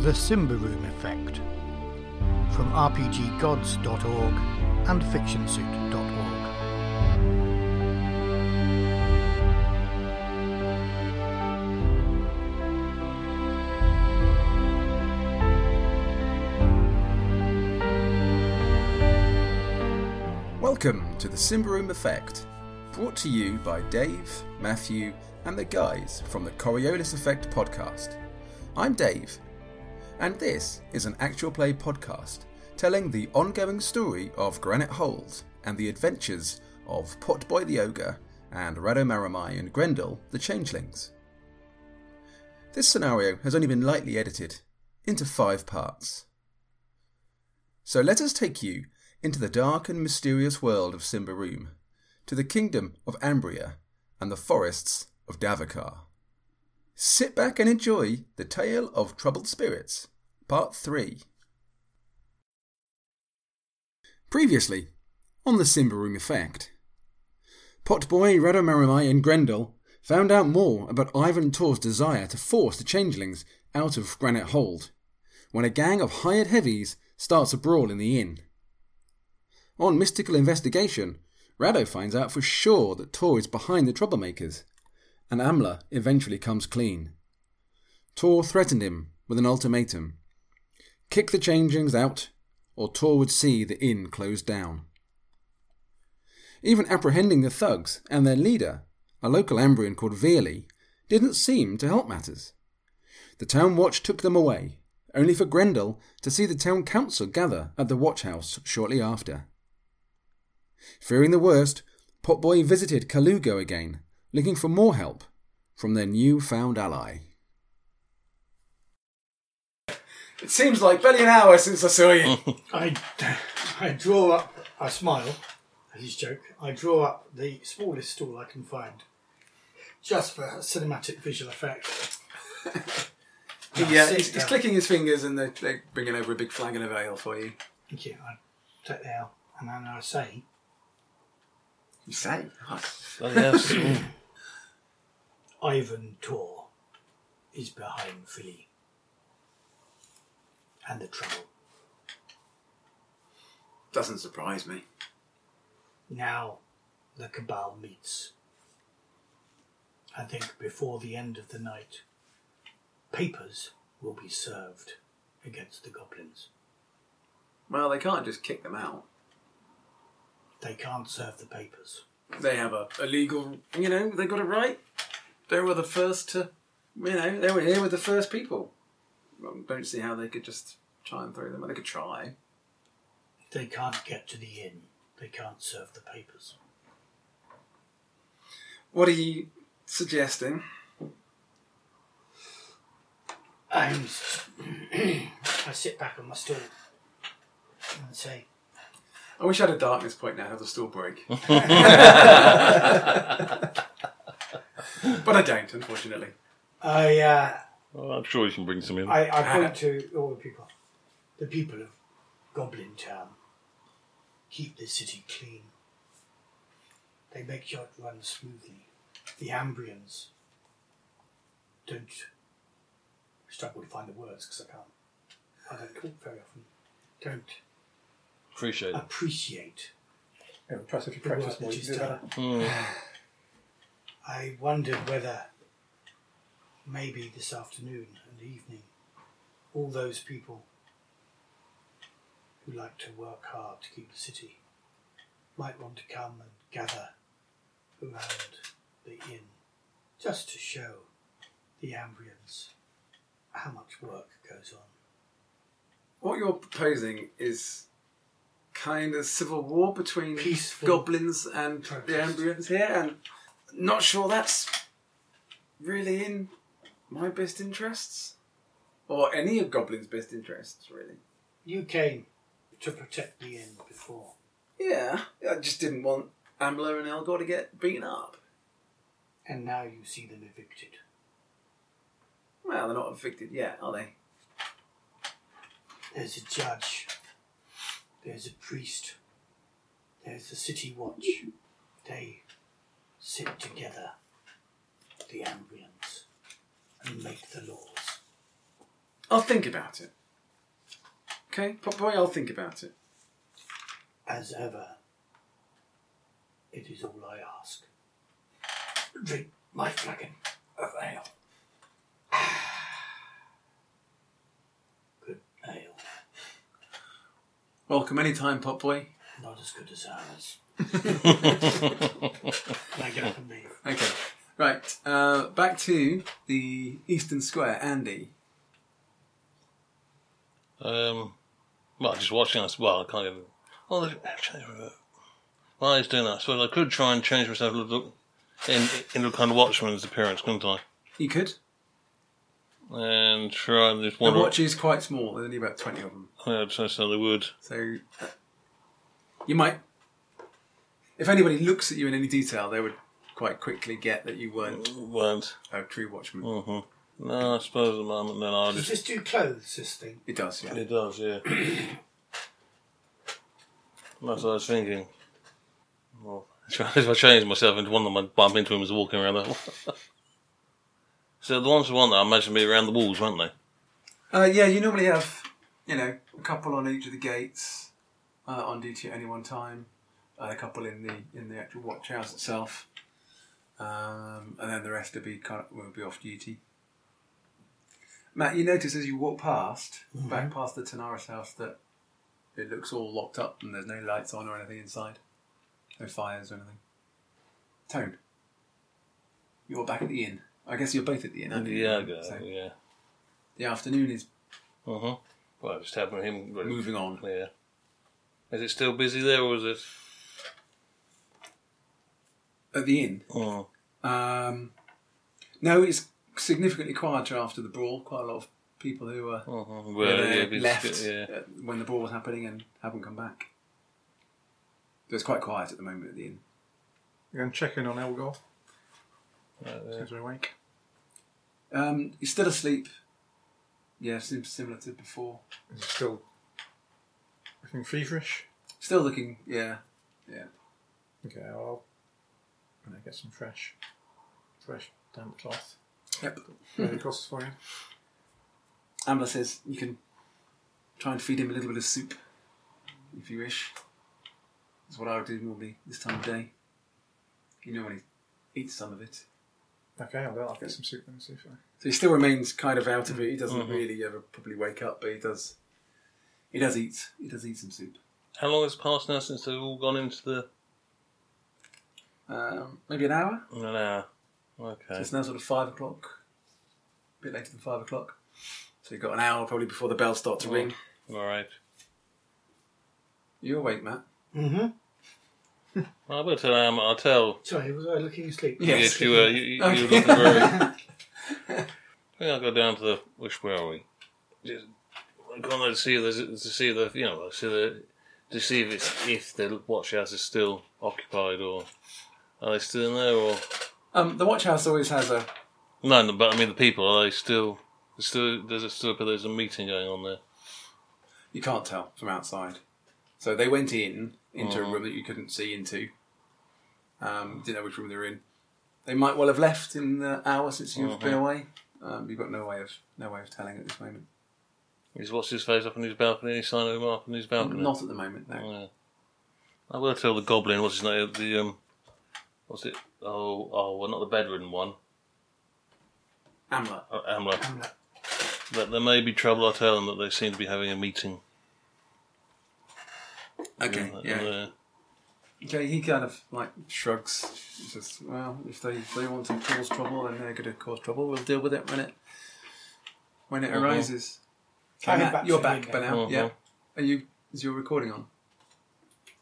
The Simba Room Effect from RPGGods.org and FictionSuit.org. Welcome to the Simba Room Effect, brought to you by Dave, Matthew, and the guys from the Coriolis Effect podcast. I'm Dave, and this is an actual play podcast telling the ongoing story of Granite Hold and the adventures of Potboy the Ogre and Radomaramai and Grendel the Changelings. This scenario has only been lightly edited into five parts. So let us take you into the dark and mysterious world of Simbaroom, to the kingdom of Ambria and the forests of Davakar. Sit back and enjoy The Tale of Troubled Spirits, Part 3. Previously, on the Simbaroom Effect, Potboy, Radomarimai, and Grendel found out more about Ivan Tor's desire to force the changelings out of Granite Hold when a gang of hired heavies starts a brawl in the inn. On mystical investigation, Rado finds out for sure that Tor is behind the troublemakers, and Amla eventually comes clean. Tor threatened him with an ultimatum kick the changelings out, or Tor would see the inn closed down. Even apprehending the thugs and their leader, a local Ambrian called Veerly, didn't seem to help matters. The town watch took them away, only for Grendel to see the town council gather at the watch house shortly after. Fearing the worst, Potboy visited Kalugo again, looking for more help from their new-found ally. It seems like barely an hour since I saw you. I, I draw up, I smile at his joke. I draw up the smallest stool I can find, just for cinematic visual effect. he, uh, sit he's, he's down. clicking his fingers and they're, they're bringing over a big flagon of ale for you. Thank you. I take the L and then I say, You say? Oh, yes. Mm. Ivan Tor is behind Philly and the trouble. Doesn't surprise me. Now the cabal meets. I think before the end of the night, papers will be served against the goblins. Well, they can't just kick them out. They can't serve the papers. They have a, a legal, you know, they got a right. They were the first to, you know, they were here with the first people. Well, don't see how they could just try and throw them. out. They could try. They can't get to the inn. They can't serve the papers. What are you suggesting? And I sit back on my stool and say, I wish I had a darkness point now, have the stool break. but I don't, unfortunately. I, uh, Well, I'm sure you can bring some in. I, I point to all the people. The people of Goblin Town keep the city clean. They make sure it runs smoothly. The Ambrians don't I struggle to find the words because I can't. I don't talk very often. Don't Appreciate it. appreciate Yeah, perhaps if you the work practice more, that you is can do done. that. Mm. I wondered whether maybe this afternoon and evening, all those people who like to work hard to keep the city might want to come and gather around the inn just to show the Ambrians how much work goes on. What you're proposing is kind of civil war between Peaceful goblins and the protest. Ambrians here, and not sure that's really in my best interests or any of goblins' best interests, really. You came to protect the inn before. Yeah, I just didn't want Ambler and Elgor to get beaten up. And now you see them evicted. Well, they're not evicted yet, are they? There's a judge. There's a priest. There's the city watch. They sit together, the Ambrians, and make the laws. I'll think about it. Okay, Pop Boy, I'll think about it. As ever, it is all I ask. Drink my flagon of ale. Good ale, Welcome anytime, Pop Boy. not as good as ours. I get up and leave. Okay, right. Uh, back to the Eastern Square, Andy. Um, well, just watching us. Well, I can't even. Oh, look, actually, uh, while he's doing that, I suppose I could try and change myself a little in into a kind of watchman's appearance, couldn't I? You could. And try this The one. watch is quite small. There's only about twenty of them. Yeah, so, so they would. So uh, you might, if anybody looks at you in any detail, they would quite quickly get that you weren't Weren't. a true watchman. Mm-hmm. No, I suppose at the moment then I'll Does this just. do clothes, this thing? It does, yeah. It does, yeah. That's what I was thinking. Well, if I change myself into one of them, I'd bump into him as walking around that one. so the ones who want that, I imagine, be around the walls, won't they? Uh, yeah, you normally have, you know, a couple on each of the gates uh, on duty at any one time, uh, a couple in the in the actual watch house itself, um, and then the rest will be kind of, will be off duty. Matt, you notice as you walk past, Mm-hmm. back past the Tanaris house, that it looks all locked up and there's no lights on or anything inside, no fires or anything. Tone, you're back at the inn. I guess you're both at the inn. aren't you? Yeah, I go, So yeah. the afternoon is Mm-hmm. Well, just having him moving on. Yeah. Is it still busy there, or is it? at the inn. Oh, Um, no, it's significantly quieter after the brawl. Quite a lot of people who were mhm, who well, were there yeah, it's left good, yeah. uh, when the brawl was happening and haven't come back. So it's quite quiet at the moment at the inn. You're going to check in on Elgol. Right Yeah. there. He's awake. Um, he's still asleep. Yeah, seems similar to before. Is he still looking feverish? Still looking, yeah. Okay, I'll I'm gonna get some fresh, fresh damp cloth. Yep. Ready across for you. Amber says you can try and feed him a little bit of soup if you wish. That's what I would do normally this time of day. You know when he eats some of it. Okay, I'll, do that. I'll get some soup and see if I. So he still remains kind of out of it. He doesn't really ever probably wake up, but he does. He does eat. He does eat some soup. How long has passed now since they've all gone into the? Um, maybe an hour. An hour. Okay. It's now sort of five o'clock. A bit later than five o'clock. So you've got an hour probably before the bells start to ring. All right. You awake, Matt? Mm-hmm. I will tell. Um, I'll tell. Sorry, was I looking asleep? Yes, you were. You, you, you were Okay. looking very. I think I'll go down to the. Which where are we? Just, I'm going there to see the to see the you know see the to see if it's, if the watch house is still occupied or are they still in there or Um, the watch house always has a. no, no but I mean the people are they still still there's a still there's a meeting going on there. You can't tell from outside. So they went in into a room that you couldn't see into. Um, didn't know which room they were in. They might well have left in the hour since you've been away. Um, you've got no way of no way of telling at this moment. He's watched his face up on his balcony. Any sign of him up on his balcony? Not at the moment, Uh-huh. no. Yeah. I will tell the goblin. What's his name? The um, what's it? Oh, oh, well, not the bedridden one. Amla. Oh, Amla. That there may be trouble. I tell them that they seem to be having a meeting. Okay, And, yeah. uh, Okay, he kind of like shrugs. He says, "Well, if they if they want to cause trouble, then they're going to cause trouble. We'll deal with it when it when it Mhm. arises." I head Matt, back to you're the Uh-huh. back Uh-huh. inn by then. now. Mhm. Yeah. Are you? Is your recording on?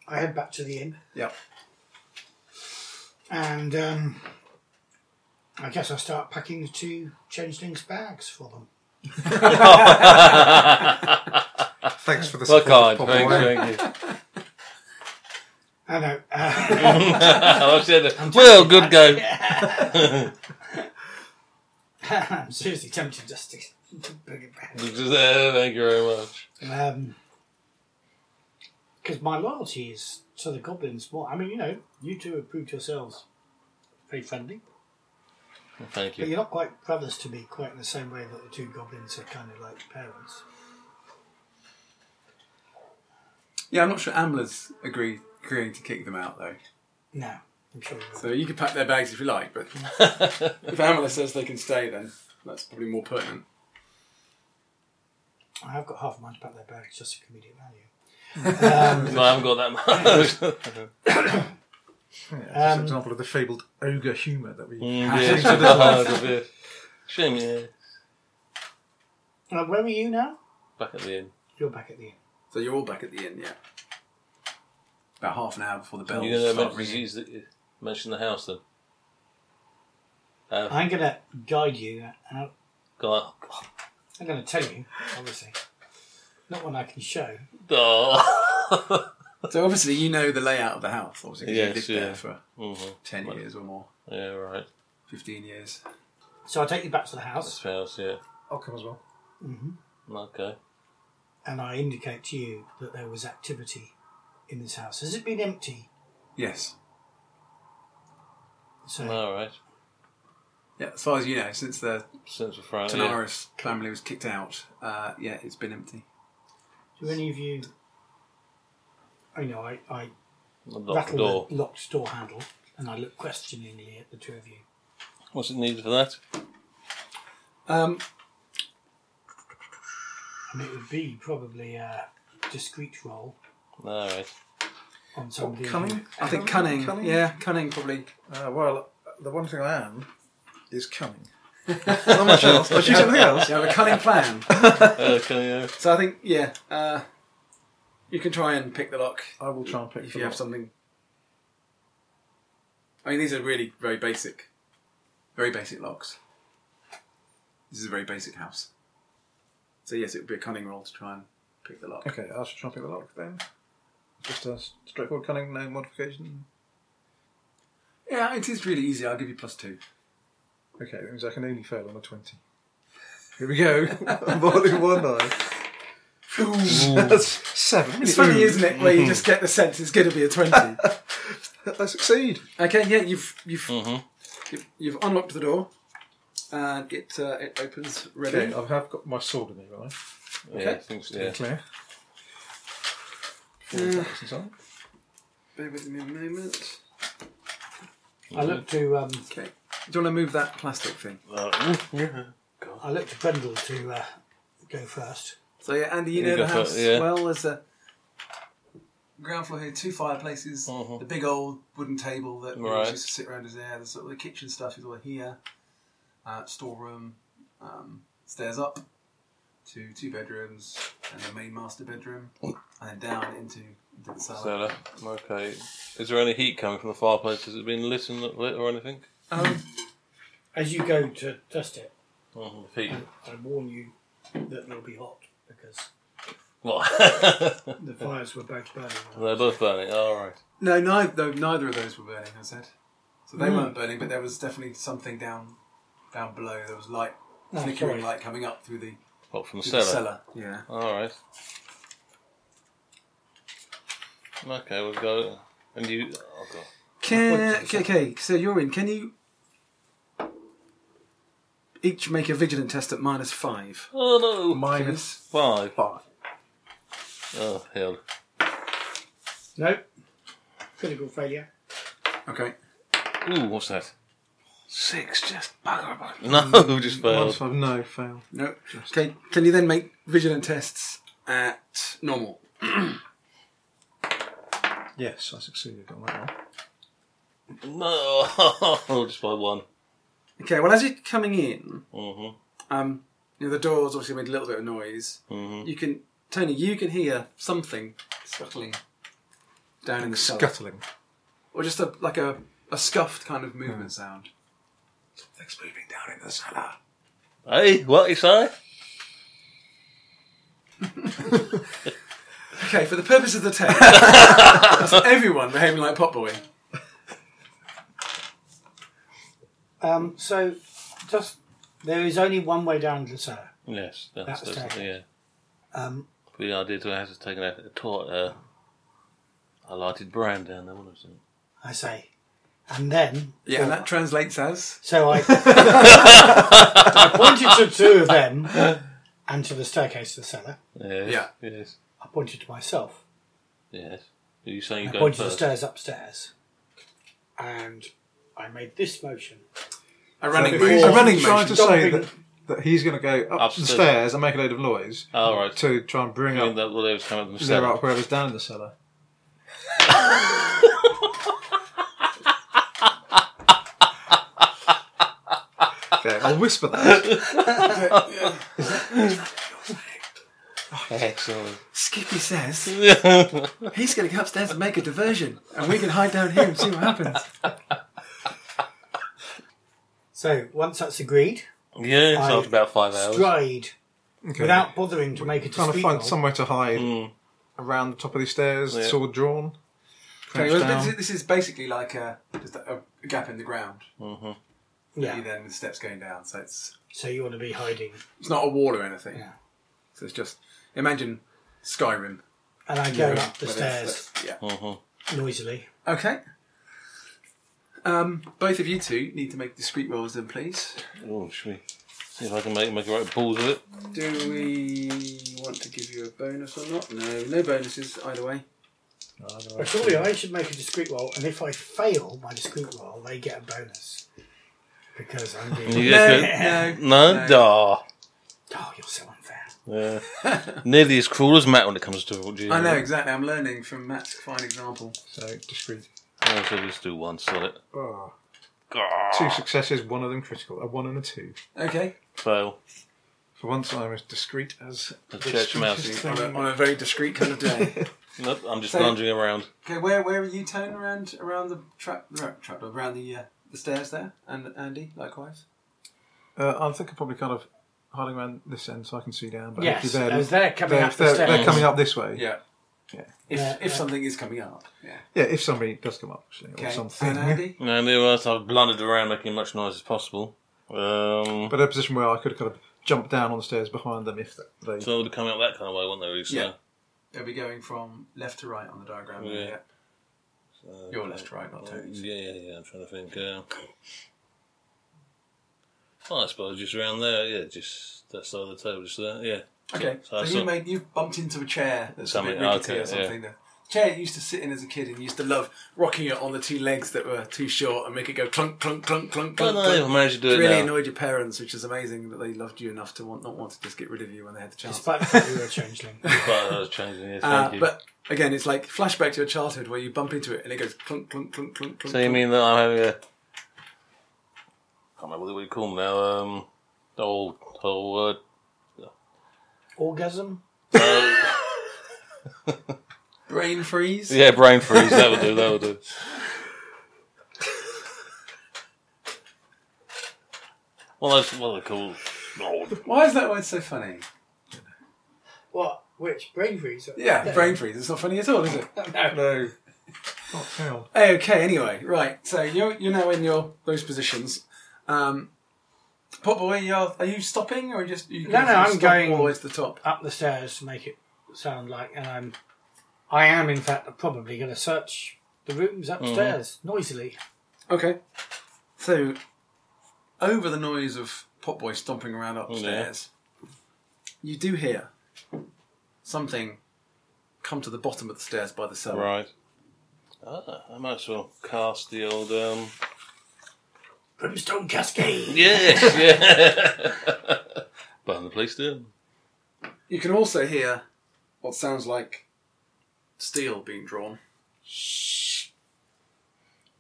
I head back to the inn. Yeah. And um, I guess I start packing the two changelings bags for them. Thanks for the Fuck support, hard. Pop Thank, Boy. thank you. I know. Uh, I said, well, good go. I'm seriously tempted just to bring it back. uh, thank you very much. Um, Because my loyalty is to the goblins more. I mean, you know, you two have proved yourselves very friendly. Thank But you. you're not quite brothers to me, quite in the same way that the two goblins are kind of like parents. Yeah, I'm not sure Amleth's agreed agreeing to kick them out though. No, I'm sure you So you can pack their bags if you like, but if Amleth says they can stay, then that's probably more pertinent. I have got half a mind to pack their bags just for comedic value. Um, No, I haven't got that much. Yeah, it's just an Um, example of the fabled ogre humour that we. Mm, dear. Oh, dear. Shame, yeah. Uh, where are you now? Back at the inn. You're back at the inn. So you're all back at the inn, yeah. About half an hour before the bells You're going to start mention, ringing. use the- mention the house then? Uh, I'm going to guide you, and I'm- go on. I'm going to tell you, obviously. Not one I can show. Oh. So obviously you know the layout of the house, obviously. 'cause Yes, you lived yeah. there for Mhm. ten years or more, Yeah, right. fifteen years. So I take you back to the That's house, Mm-hmm. the house, yeah. I'll come as well. Okay. and I indicate to you that there was activity in this house. Has it been empty? Yes. So All right. Yeah, as far as you know, since the Since we're Friday. Oh, yeah. Tanaris family was kicked out, uh, yeah, it's been empty. do any of you? I know I, I I've locked the rattle door. the locked door handle, and I look questioningly at the two of you. What's it needed for that? Um, And it would be probably a discreet roll All right. on somebody. who- cunning? I think Cunning, cunning, cunning. Yeah, cunning probably. Uh, well, the one thing I am is cunning. Not much else. I choose something else. You have a cunning plan. Uh, can you, So I think yeah, uh, you can try and pick the lock I will try and pick. if the you have lock. something. I mean, these are really very basic, very basic locks. This is a very basic house. So yes, it would be a cunning roll to try and pick the lock. Okay, I shall try and pick the lock then. Just a straightforward cunning, no modification. Yeah, it is really easy. I'll give you plus two. Okay, that means I can only fail on a twenty. Here we go. More than one eye. That's seven. It's funny, Ooh. isn't it, where Mm-hmm. you just get the sense it's going to be a twenty. I succeed. okay, yeah, you've you've, Mm-hmm. Mhm. you've you've unlocked the door, and it uh, it opens ready. Okay, I have got my sword in me, right? Yeah, I think so, yeah. Clear. Four attacks and so on. Bear with me a moment. I look to um, Okay. Do you want to move that plastic thing? Uh, yeah. I look to Brendel to uh, go first. So yeah, Andy, you, You know go the for it, house yeah. well. There's a ground floor here, two fireplaces, Mhm. the big old wooden table that we always Right. used to sit around is there. The sort of the kitchen stuff is all here. Uh, storeroom, um, stairs up to two bedrooms and the main master bedroom, and then down into, into the cellar. Cellar. Okay. Is there any heat coming from the fireplace? Has it been lit, and not lit or anything? Um, As you go to test it, Mhm, Heat. I warn you that they'll be hot because What? the fires were both burning. They're both burning. All right. no, neither, no, neither of those were burning. I said, so they weren't burning, but there was definitely something down down below. There was light, No, flickering sorry. light coming up through the What from the cellar. cellar? cellar. Yeah. All right. Okay, we've got it. And you, oh god, Can, okay, okay, so you're in. Can you each make a vigilant test at minus five? oh no, Minus five. five. Oh hell, No, critical failure. Okay. ooh, what's that? Six, just bugger about. Mm, No, just failed. Minus five. No fail. No. Okay. Can you then make vigilant tests at normal? Yes, I succeeded on that one. No, Oh, just by one. Okay. Well, as you're coming in, Mhm, um, you know, the doors obviously made a little bit of noise. mhm. You can, Tony, you can hear something scuttling down in the cellar, Scuttling. or just a like a, a scuffed kind of movement sound. Something's moving down in the cellar. Hey, what you say? Okay, for the purpose of the test, that's everyone behaving like Potboy. Um, so, just there is only one way down the cellar. Yes, That's that's, that's, terrible. yeah. Um, The idea to have to take a, a, taut, uh, a lighted brand down there, wasn't it? I say, and then Yeah, and that translates as so I, I pointed to two of them and to the staircase to the cellar. Yes. Yeah. Yes. I pointed to myself. Yes. Are you saying I you go pointed to the first? stairs upstairs, and I made this motion. a running before- motion. Oh, A I'm running trying motion. to say Jumping. that, that he's going to go up, the Upstairs. stairs and make a load of noise All right. to try and bring Doing up, that will always come up clear themselves. up whoever's down in the cellar. okay, I'll whisper that. Excellent. Skippy says he's going to go upstairs and make a diversion, and we can hide down here and see what happens. So once that's agreed, yes. I After about five hours. stride Okay. without bothering to make a trying to discreet find roll. somewhere to hide Mm. around the top of these stairs, Yeah. sword drawn. Okay, crouched well, down. this- this is basically like a just a, a gap in the ground. Yeah. You then with steps going down, so it's So you want to be hiding, it's not a wall or anything. Yeah. So it's just imagine Skyrim. and I go Where up the there's- stairs there's- Yeah. Mhm. noisily. Okay. Um, both of you two need to make discreet rolls then, please. Oh, should we see if I can make make a right balls of it? Do we want to give you a bonus or not? No, no bonuses either way. But surely I should make a discreet roll, and if I fail my discreet roll, they get a bonus because I'm being. You No, guys good? no, no, no. Duh. Oh, you're so unfair. Yeah. Nearly as cruel as Matt when it comes to what you. I know exactly. I'm learning from Matt's fine example. So discreet. Oh, so just do one solid. Ah, Gah, Two successes, one of them critical, a one and a two. Okay. Fail. For once, I'm as discreet as A church mouse. strangest On thing. a, on a very discreet kind of day. Nope, I'm just So- lunging around. okay, where where are you turning around around the trap ra- trap door, around the uh, the stairs there? And Andy, likewise. Uh, I think I'm probably kind of hiding around this end so I can see down. But Yes, actually they're, as they're coming they're, up the they're, stairs. they're coming up this way. Yeah. Yeah. If Yeah, if yeah. something is coming up. Yeah. Yeah, if somebody does come up, actually, or Okay. something. And Andy. No, nevertheless, I've blundered around making as much noise as possible. Um, But in a position where I could kind of jump down on the stairs behind them if they. so they would have come out that kind of way, wouldn't they? really? So, Yeah. They'll be going from left to right on the diagram. Yeah. Yeah. uh, Your left to right, not Yeah, Tony's. yeah, yeah. I'm trying to think. Uh, well, I suppose just around there, yeah, just that side of the table, just there, yeah. Okay, So- so, uh, so- you made you bumped into a chair that's a Something, bit rickety okay, or something. The chair you used to sit in as a kid and you used to love rocking it on the two legs that were too short and make it go clunk clunk clunk clunk But clunk. no, clunk. I managed to do It it really now. annoyed your parents, which is amazing that they loved you enough to want not want to just get rid of you when they had the chance. Despite the fact you were a changeling. But I was changing. Yes, Uh, thank you. but again, it's like flashback to your childhood where you bump into it and it goes clunk clunk clunk clunk clunk. So you clunk. mean that I'm having a? I can't remember what you call them now. Um, old, old word. Orgasm? Uh, brain freeze? yeah, brain freeze. That would do. That would do. Well, that's what they call. Oh, Why is that word so funny? What? Which? Brain freeze? Yeah, brain freeze. It's not funny at all, is it? No. Not found. Hey, okay, anyway, right. So you're, you're now in your those positions. Um, Pop boy, you're, are you stopping or are you just you No, you no, I'm stop going- all the way to the top. Up the stairs to make it sound like, and I'm, I am in fact probably going to search the rooms upstairs noisily. Okay. So over the noise of Pop boy stomping around upstairs, you do hear something come to the bottom of the stairs by the cellar. right. Ah, I might as well cast the old. Um... Brimstone Cascade! Yes. Yeah. Burn the place down. You can also hear what sounds like steel being drawn.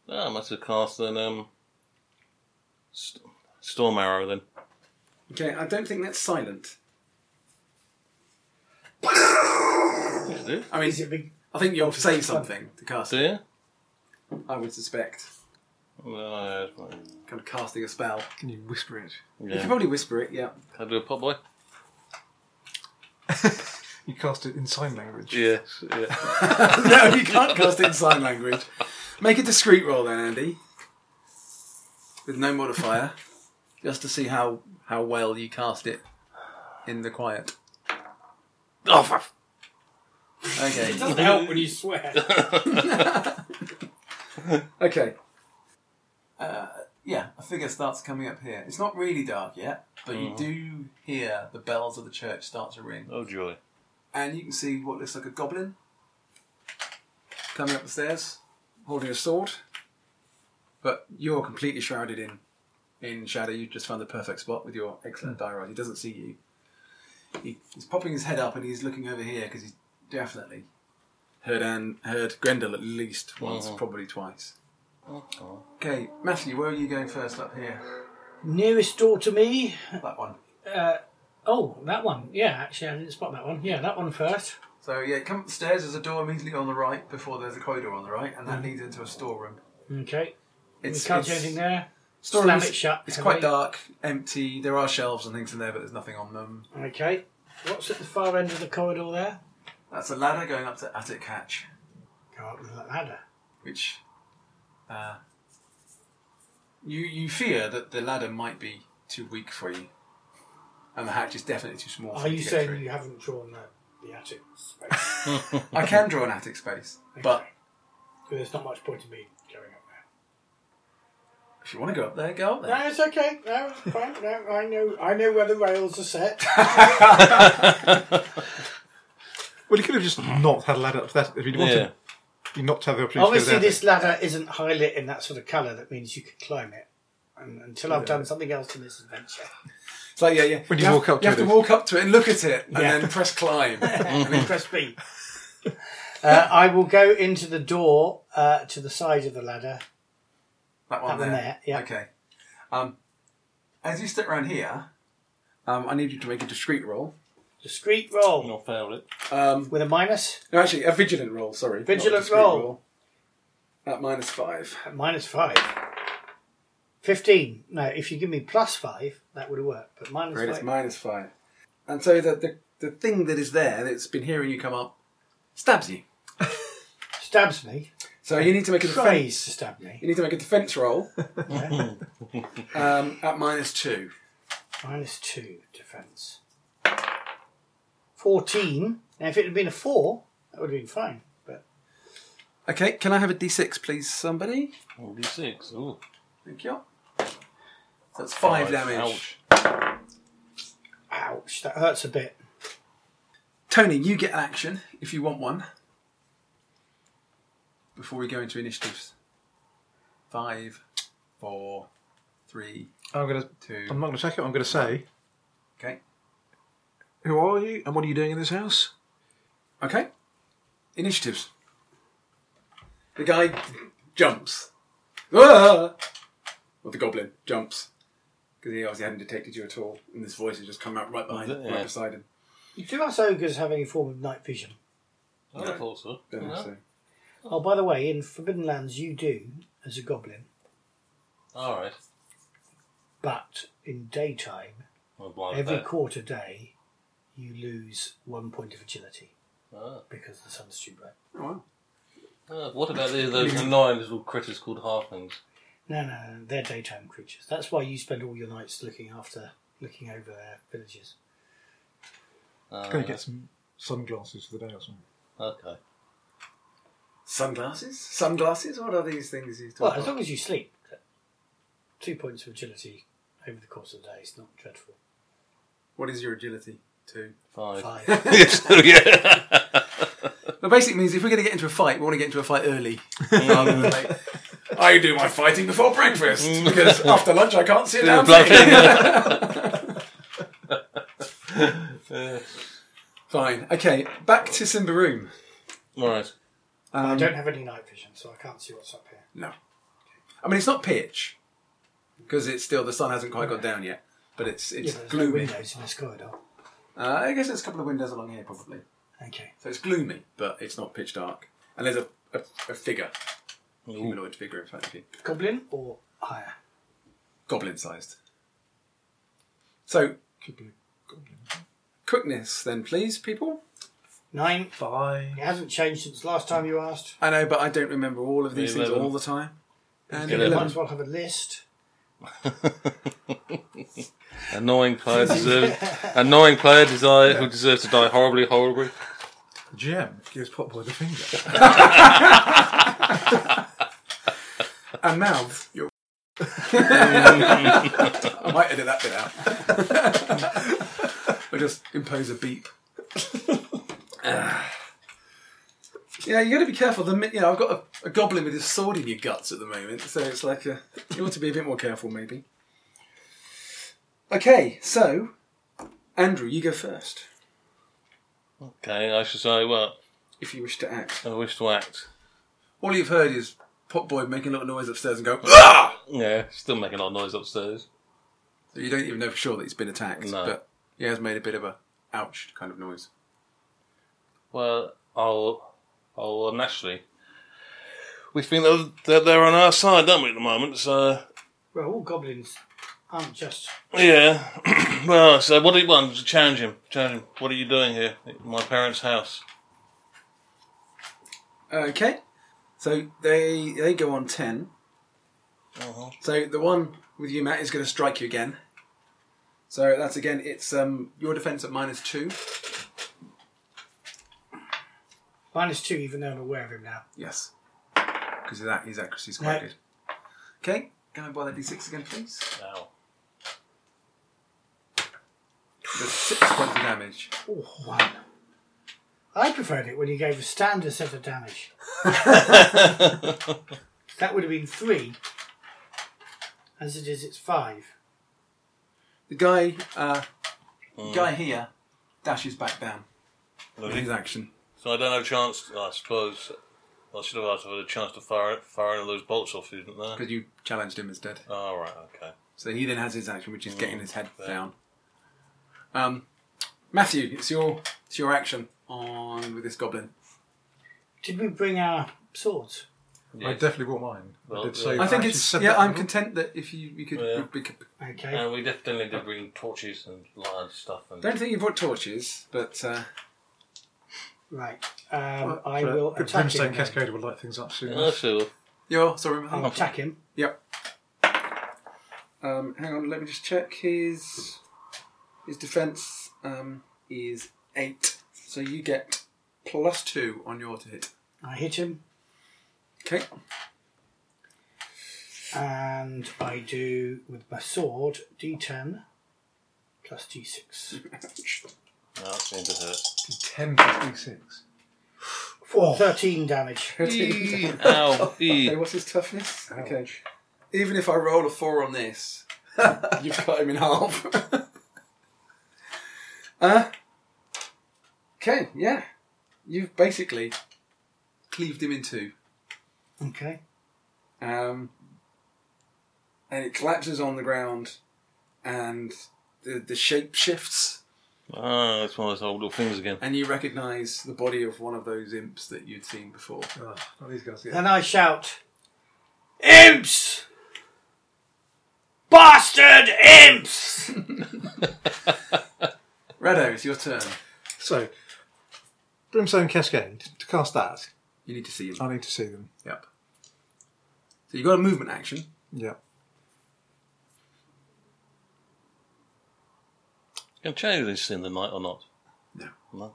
Ah, I must have cast an um. St- storm arrow then. Okay, I don't think that's silent. Is it? I mean, Is it big? I think you'll say something to cast Do it. you? I would suspect. No, that's fine. Kind of casting a spell. Can you whisper it? You can Yeah. probably whisper it, yeah. Can I do a pop boy? You cast it in sign language. Yes. Yeah. no, you can't cast it in sign language. Make a discreet roll then, Andy. With no modifier. just to see how, how well you cast it in the quiet. oh, fuck. Okay. doesn't help when you swear. okay. uh, yeah, a figure starts coming up here. It's not really dark yet, but you do hear the bells of the church start to ring, Oh joy! and you can see what looks like a goblin coming up the stairs, holding a sword. But you're completely shrouded in in shadow. You've just found the perfect spot with your excellent die roll. He doesn't see you. He, he's popping his head up and he's looking over here because he's definitely heard and heard Grendel at least once, probably twice. Okay, Matthew, where are you going first up here? Nearest door to me. That one. Uh, oh, that one. Yeah, actually, I didn't spot that one. Yeah, that one first. So yeah, come up the stairs. There's a door immediately on the right before there's a corridor on the right, and that leads into a storeroom. Okay. It's, you can't it's- do anything there. storeroom Slam is- it shut, It's can quite we? dark, empty. There are shelves and things in there, but there's nothing on them. Okay. What's at the far end of the corridor there? That's a ladder going up to attic hatch, Go up the ladder. which uh, you you fear that the ladder might be too weak for you, and the hatch is definitely too small. For Are you to get saying through. you haven't drawn the, the attic space? I can draw an attic space, but Because there's not much point in me going up there. if you want to go up there, go up there. No, it's okay. No, it's fine. No, I know. I know where the rails are set. Well, he could have just not had a ladder up to that if he'd wanted. Yeah, You not to have the opportunity Obviously, to go this ladder isn't highlit in that sort of colour. That means you could climb it. And until I've done something else in this adventure, It's like yeah, yeah. When you have, walk up to you have it, to it's- walk up to it and look at it, Yeah. and then press climb. press B. Uh, I will go into the door uh, to the side of the ladder. That one That one there. there, yeah. Okay. Um, as you stick around here, um, I need you to make a discreet roll. Discreet roll not failed it. Um, with a minus. no, actually, a vigilant roll. Sorry, not a Vigilant discreet roll. At minus five. At uh, minus five. 15. No, if you give me plus five, that would have worked. But minus Right, it's five. minus five. And so the, the the thing that is there that's been hearing you come up stabs you. stabs me. So you need to make a defense. Tries to stab me. You need to make a defense roll Yeah. um, at minus two. minus two defense. 14. Now, if it had been a four, that would have been fine. But Okay, can I have a d6, please, somebody? Oh, D6. Ooh, Thank you. So that's five, Five. damage. Ouch. ouch, that hurts a bit. Tony, you get an action if you want one. Before we go into initiatives. Five, four, three, through. I'm gonna. two. I'm not gonna take it. I'm gonna say, Okay. "Who are you? And what are you doing in this house?" Okay. Initiatives. The guy jumps. Ah! Or the goblin jumps. Because he obviously hadn't detected you at all. And this voice has just come out right behind Yeah. right beside him. Do us ogres have any form of night vision? I No. thought so. Don't know, No? so- Oh, by the way, in Forbidden Lands, you do as a goblin, All right. but in daytime, Well, blind every bat. quarter day, you lose one point of agility Ah. because the sun's too bright. Oh, wow. Ah, what about the, those annoying little critters called halflings? No, no, no, they're daytime creatures. That's why you spend all your nights looking after, looking over their villages. Uh, Can I get some sunglasses for the day or something? Okay. Sunglasses? Sunglasses? What are these things you Well, talk as about? long as you sleep, two points of agility over the course of the day is not dreadful. What is your agility? Two. Five. Five. yes. Yeah. Well, basically means if we're going to get into a fight, we want to get into a fight early. rather than late. I do my fighting before breakfast because after lunch I can't sit down. Fine. Okay, back to Simbaroom. All right. I Um, don't have any night vision, so I can't see what's up here. no, I mean it's not pitch because it's still the sun hasn't quite got down yet, but it's Yeah, it's but there's no gloomy. windows in this corridor. Uh, I guess there's a couple of windows along here probably, Okay. so it's gloomy, but it's not pitch dark. And there's a a, a figure, humanoid figure in front of you. Goblin or higher? goblin sized. So, Could be a goblin. quickness then, please, people. Nine. Bye. It hasn't changed since last time you asked. I know, but I don't remember all of these things Eleven. all the time. And Eleven. Might eleven. as well have a list. Annoying player deserves. annoying player desire who deserves to die horribly, horribly. Gem gives Potboy the finger. And now, your I might edit that bit out. or just impose a beep. Ah. yeah, you got to be careful. The mi- you know, I've got a, a goblin with his sword in your guts at the moment, so it's like a, you want to be a bit more careful, maybe. Okay, so Andrew, you go first Okay, I should say, well, if you wish to act. I wish to act. All you've heard is Potboy making a little noise upstairs and go. Ah! Yeah, still making a lot of noise upstairs. So you don't even know for sure that he's been attacked, No. but he has made a bit of a ouch kind of noise. Well, I'll, I'll uh, naturally. We think that they're, they're on our side, don't we, at the moment? So, Well, all goblins aren't just. yeah. well, so what do you want? Challenge him. Challenge him. What are you doing here at my parents' house? Okay. So they they go on ten. Uh-huh. So the one with you, Matt, is going to strike you again. So that's again. It's um your defense at minus two. Minus two, even though I'm aware of him now. Yes. Because of that, his accuracy is quite No. good. Okay. Can I buy that d6 again, please? Ow. There's six points of damage. Oh, one. I preferred it when he gave a standard set of damage. that would have been three. As it is, it's five. The guy, uh, guy here, dashes back down with his action. So I don't have a chance, I suppose. I should have asked if I had a chance to fire, fire any of those bolts off you, didn't I? Because you challenged him instead. Oh, right, okay. So he then has his action, which is getting his head down. Um, Matthew, it's your it's your action on with this goblin. Did we bring our swords? I Yes. definitely bought mine. Well, I did yeah. say. I think actually it's said yeah. that I'm before. content that if you we could. Yeah. We could Okay. And we definitely did bring torches and light stuff. And don't think you brought torches, but uh, right. Um, I But will the attack Brimstone him. then. Cascade will light things up soon. Yeah, that's all. you're sorry. Matthew? I'll attack him. Yep. Um, hang on, let me just check his his defense um, is eight, so you get plus two on your to hit. I hit him, Okay. and I do with my sword D10 plus D6. No, that's going to hurt. Ten plus six. Four. 13 damage. Ow. Okay, Eee. what's his toughness? Okay. Even if I roll a four on this, you've cut him in half. uh, okay, yeah. You've basically cleaved him in two. Okay. Um, and it collapses on the ground, and the, the shape shifts, Ah, that's one of those old little things again. and you recognise the body of one of those imps that you'd seen before. Oh, not these guys. Yeah. Then I shout, Imps! Bastard imps! Rado, it's your turn. So, Brimstone Cascade. To cast that, You need to see him. I need to see them. Yep. So you got a movement action. Yeah. Can change this in the night or not? No. No.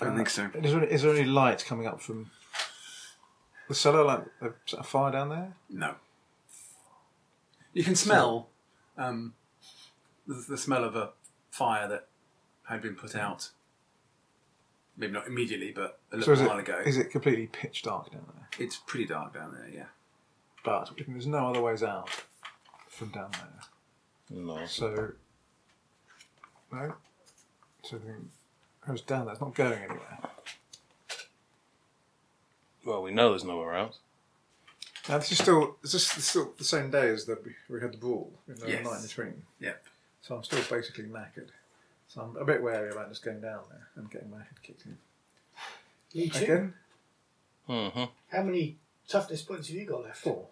I don't think so. Is there, is there any light coming up from the cellar? Like a, a fire down there? No. You can smell um, the, the smell of a fire that had been put out. Maybe not immediately, but a So little is while it, ago. is it completely pitch dark down there? It's pretty dark down there, yeah. But there's no other ways out from down there. No. So, no. So then, I was down there. It's not going anywhere. Well, we know there's nowhere else. Now this is still is this is still the same day as the we had the ball. You know, Yes. night in between. Yep. So I'm still basically knackered. So I'm a bit wary about just going down there and getting my head kicked in You too. again. Mm-hmm. How many toughness points have you got left? Four.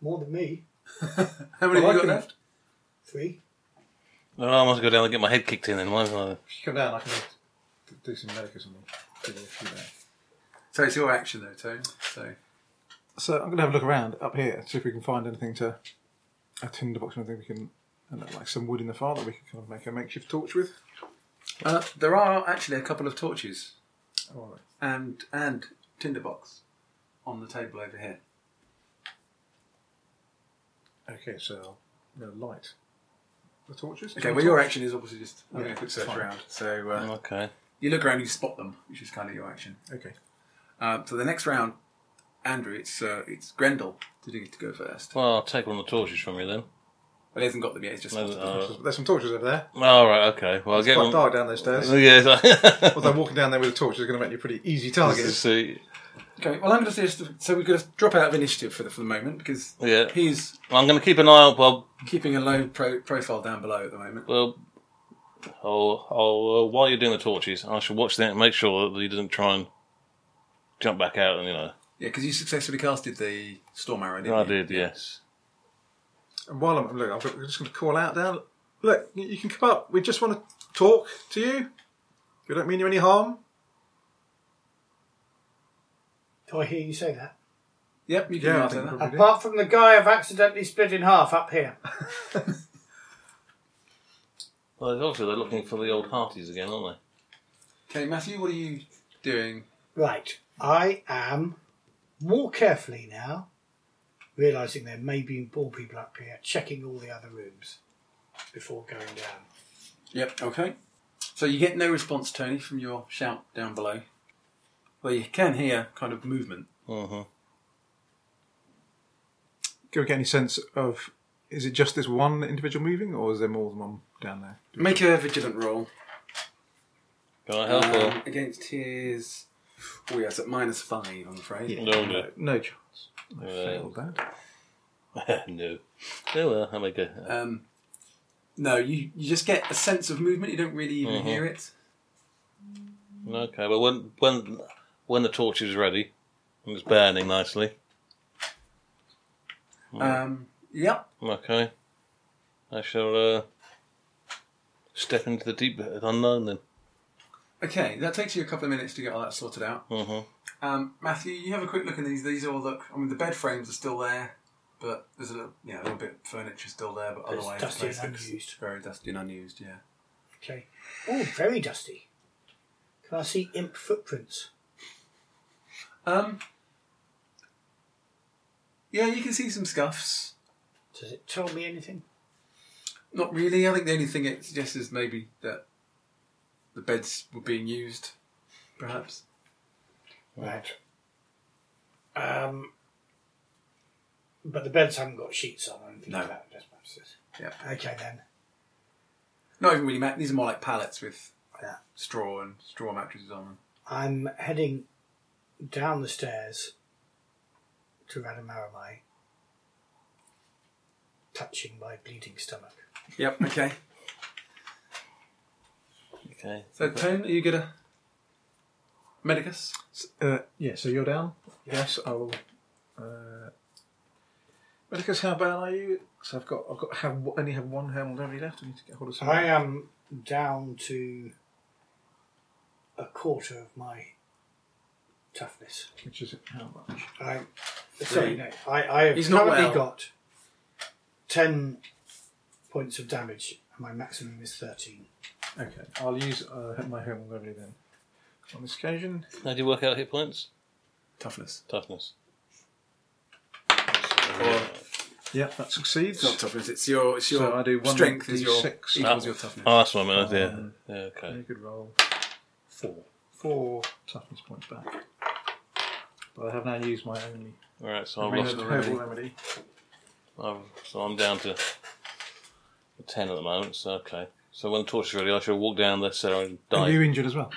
More than me. How many Well, I have you can- got left? Three. Oh, I must go down and get my head kicked in then, mustn't I? If you come down, I can d- do some medic or something. Give you a few there. So it's your action though, Tony. So So I'm going to have a look around up here, see if we can find anything to a tinderbox or anything we can, and like some wood in the fire that we can kind of make a makeshift torch with. uh, there are actually a couple of torches All right. and and tinderbox on the table over here. Okay, so no light the torches. Okay, well, your action is obviously just having a quick search fine. around. So uh, Okay. you look around, you spot them, which is kind of your action. Okay. Um, so the next round, Andrew, it's uh, it's Grendel to do to go first. Well, I'll take one of the torches from you then. Well, he hasn't got them yet. He's just No, spotted them. uh, There's some torches over there. all right. Okay. Well, I'll get Quite one. dark down those stairs. Yeah. Although walking down there with a torch is going to make you a pretty easy target. See, Okay, well, I'm going to say just so we're going to drop out of initiative for the for the moment because Yeah. he's I'm going to keep an eye out. Well, keeping a low pro- profile down below at the moment. well, I'll, I'll, uh, while you're doing the torches, I should watch that and make sure that he doesn't try and jump back out. And you know, Yeah, because you successfully casted the storm arrow. Didn't I you? did. Yes. And while I'm look, I'm just going to call out down. Look, you- you can come up. We just want to talk to you. We don't mean you any harm. Do I hear you say that? Yep, you can Yeah, I answer think that. probably do. Apart from the guy I've accidentally split in half up here. Well, obviously they're looking for the old hearties again, aren't Okay, Matthew, what are you doing? Right, I am more carefully now, realizing there may be more people up here, checking all the other rooms before going down. Yep. Okay. So you get no response, Tony, from your shout down below. Well, you can hear kind of movement. they? Mm-hmm. Can we get any sense of is it just this one individual moving, or is there more than one down there? Make a vigilant roll Can I help? um, or? against his. Oh, yes, at minus five, I'm afraid. No, No, no, no chance. I Yeah. failed that. no. Oh well, I make a Um, no, you, you just get a sense of movement. You don't really even Mhm. hear it. Okay, well when when when the torch is ready and it's burning nicely. Um, yep. Okay. I shall uh, step into the deep unknown then. Okay, that takes you a couple of minutes to get all that sorted out. hmm Um, Matthew, you have a quick look at these. These all look. I mean, the bed frames are still there, but there's a little, you know, a little bit of furniture still there, but But it's otherwise, dusty the place and looks unused. Very dusty and unused. Yeah. Okay. Oh, very dusty. Can I see imp footprints? Um, yeah, you can see some scuffs. Does it tell me anything? Not really. I think the only thing it suggests is maybe that the beds were being used, perhaps. Right. Um, but the beds haven't got sheets on or anything No. like that. Just mattresses. Yeah. Okay then. Not even really. Ma- these are more like pallets with Yeah. straw and straw mattresses on them. I'm heading down the stairs to Radamaramai, touching my bleeding stomach. Yep. Okay. Okay. So, Tone, are you gonna medicus? S- Uh, yeah, so you're down. Yes, I will. Uh, Medicus, how bad are you? So I've got, I've got, have only have one helm only left. I need to get hold of some. I am down to a quarter of my toughness. Which is how much? I sorry, no. I, I have He's not currently well. got ten points of damage, and my maximum is thirteen. Okay, I'll use uh, my helm only then. On this occasion, How do you work out hit points? Toughness. Toughness. yeah, that succeeds. It's not toughness. It's your it's your So I do one strength is your D6. equals your toughness. Oh, that's what I meant. yeah. Um, yeah. Very Okay. good roll. Four. Four toughness points back. But I have now used my only All right. So I've Remove lost. the herbal remedy. remedy. I've, so I'm down to ten at the moment. So okay. So when the torch is ready, I shall walk down this area and Are die. you injured as well?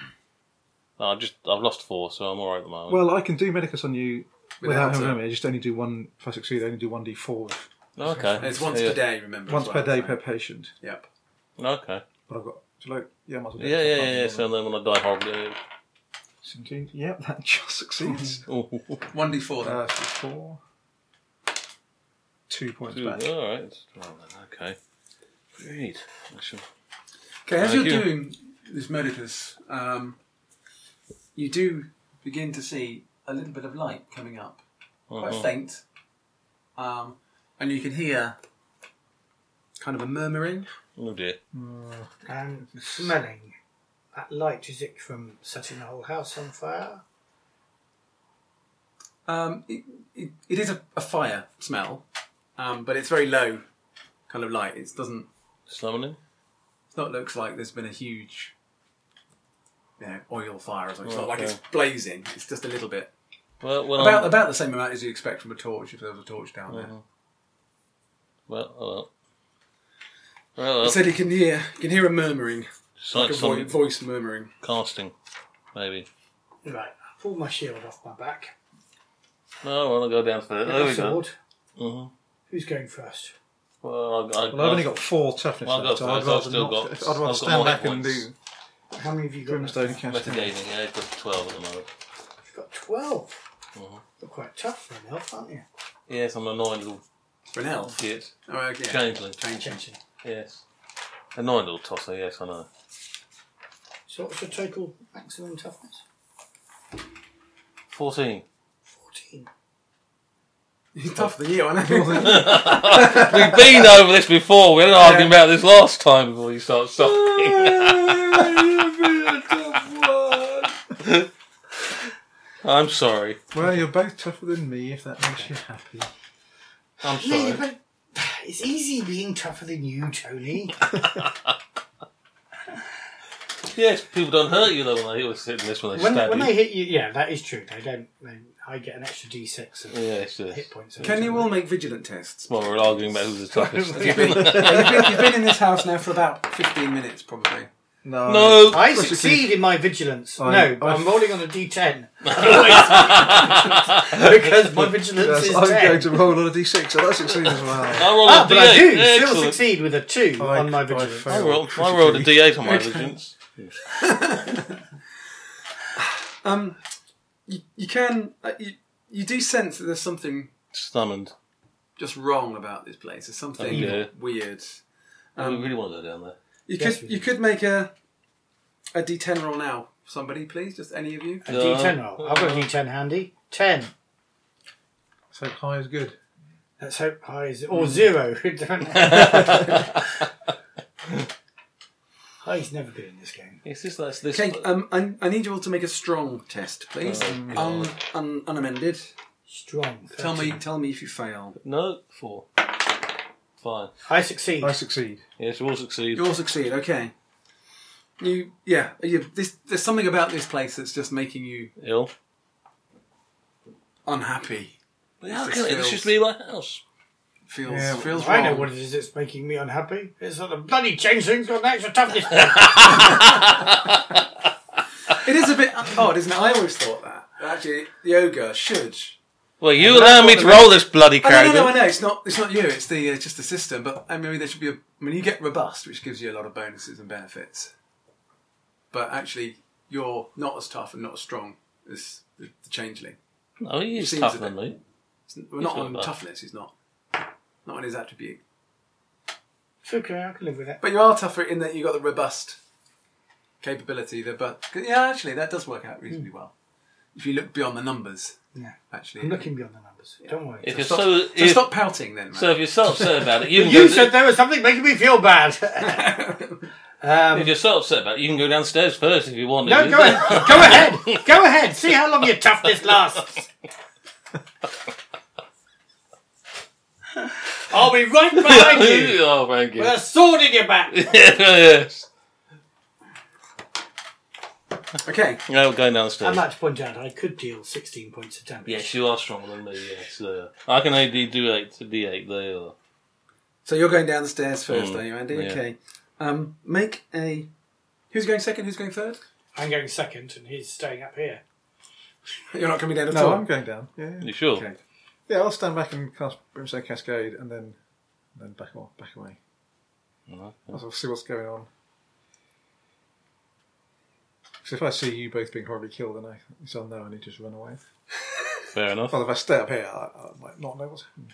No, I've just I've lost four, so I'm all right at the moment. Well, I can do medicus on you Without without helm it. remedy. I just only do one. If I succeed, I only do one d4 of okay. And it's once yeah. per day, remember. Once as per well, day so- per patient. Yep. Okay. But I've got. Shall I, yeah, I might as well do Yeah, it. yeah, yeah. yeah. So then when I die horribly, 17. Yep, that just succeeds. oh, One d four. uh, four. Two points Ooh, back. All right. Well, then, okay. Great. I shall- Okay, as Thank you're you. doing this medicus, um, you do begin to see a little bit of light coming up, quite Uh-huh. faint, um, and you can hear kind of a murmuring. Oh dear. And smelling that light is it from setting the whole house on fire? Um, it, it, it is a, a fire smell, um, but it's very low kind of light. It doesn't. Summoning? It's not looks like there's been a huge, you know, oil fire or something. It's not Right, like it's blazing. It's just a little bit. Well, when About I'm, about the same amount as you expect from a torch if there was a torch down uh-huh. there. well, well, well, well He said he can hear you can hear a murmuring, Oh. like sight a vo- some voice murmuring. casting, maybe. Right, I pull my shield off my back. No, well, I'll go down to the. There My we go. sword. Mhm. Who's going first? Well, I, I, Well, I've only got four toughness Well, I've left, got so those, I'd I've rather still not. got- I'd rather I've got stand more back hit and points. do How many have you got? brimstone and cast. damage. metagaming. Yeah, I've got twelve at the moment. You've got 12. Mhm. You're quite tough for an elf, aren't you? Yes, I'm an annoying little Brunel. git. Oh, okay. Changeling. Change. Yes. Annoying little tosser. Yes, I know. So what's your total maximum toughness? Fourteen. 14. He's tough than you, I know. We've been over this before. We were arguing about this last time before you start stopping. I'm sorry. Well, you're both tougher than me, if that makes you happy. I'm No, sorry. but it's easy being tougher than you, Tony. Yes, people don't hurt you though when they always hit this when they when stab when you. they hit you, yeah, that is true. They don't. They, I get an extra d6 of Yes, yes. hit points. Can you all make vigilant tests? Well, we're arguing about who's the toughest. You've been, you've been- you've been in this house now for about 15 minutes, probably. No. no, I succeed in my vigilance. I- no, I- I, am rolling on a d10 because my vigilance Yes, is I'm ten. going to roll on a d6, so that's succeeds as well. I rolled Ah, a but I D8. do still Excellent. succeed with a two I- on my I vigilance. I fail. rolled, I rolled a D8 on my vigilance. Um, you, you can. Uh, you, you do sense that there's something Summoned. just wrong about this place. There's something Okay. weird. Um, we really want to go down there. You Yes, could we you could make a a d10 roll now. Somebody, please, just any of you. A Um, d10 roll. I've got a d10 handy. Ten. So high is good. Let's hope high is or zero. We don't know. High's never been in this game. It's just that's this. Okay, um, I, I need you all to make a strong test, please. Um, un, un, unamended. Strong. Tell me, 13. tell me if you fail. no, four. Fine. I succeed. I succeed. Yes, we'll succeed. You all succeed. Okay. You, yeah. You, this, there's something about this place that's just making you Ill. unhappy. How this can it? feels- This should be my house. Feels, Yeah, feels I wrong. know what it is that's making me unhappy. It's that the bloody changeling's got an extra toughness. It is a bit odd, isn't it? I always thought that. Actually, the ogre should. Well, you And that's allow me what to the- roll this bloody Oh, no, character. no, no, I know. It's not. It's not you. It's the. It's just the system. But I mean, there should be. A, I mean, you get robust, which gives you a lot of bonuses and benefits. But actually, you're not as tough and not as strong as the, the changeling. No, he's Seems tougher a bit- than me. It's, well, not He's not on bad. toughness. He's not. Not on his attribute. it's okay, I can live with that. But you are tougher in that you got the robust capability. The but yeah, actually, that does work out reasonably well. If you look beyond the numbers, Yeah. actually. I'm looking beyond the numbers. Don't worry. If you're Stop, so, so if, stop pouting, then. Matt. so if you're so upset about it, you can You go. said there was something making me feel bad. if you're so upset about it, you can go downstairs first if you want. no, You- go ahead. Go ahead. Go ahead. See how long your toughness lasts. I'll be right behind you oh, thank you. with a sword in your back. yes. okay. No, we're going I'd downstairs. like to point out I could deal 16 points of damage. Yes, you are stronger than me. Yes, uh, I can only do eight to d8. There you are. So you're going down the stairs first, Mm, are you, Andy? yeah. Okay. Um, make a. Who's going second? Who's going third? I'm going second, and he's staying up here. You're not coming down at No, all. I'm going down. Yeah, yeah. You sure? Okay. yeah I'll stand back and cast Brimstone Cascade, and then and then back off, back away. I'll see what's going on. Because if I see you both being horribly killed, then I, so I'll know I need to just run away. Fair enough. Well, if I stay up here, I, I might not know what's happening.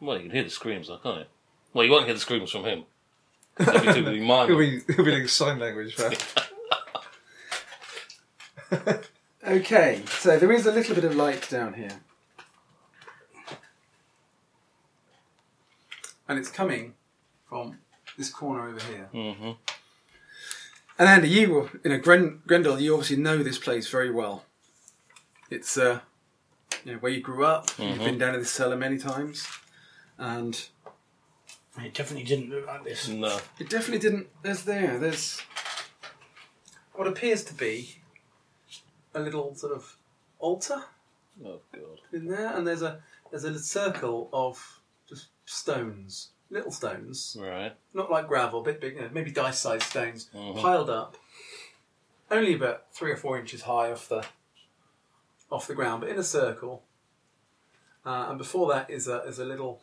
Well, you can hear the screams, though, can't you? Well, you won't hear the screams from him. That'd be too be mine. He'll be, he'll be doing sign language for Okay. So there is a little bit of light down here, and it's coming from this corner over here. hmm And Andy, you were you know Gren- Grendel. You obviously know this place very well. It's uh, you know, where you grew up. You've been down to this cellar many times. and It definitely didn't look like this. No. it definitely didn't. There's there. There's what appears to be a little sort of altar Oh god. in there, and there's a there's a little circle of just stones, little stones, Right. not like gravel, a bit big, you know, maybe dice-sized stones Mhm. piled up, only about three or four inches high off the off the ground, but in a circle. Uh, and before that is a is a little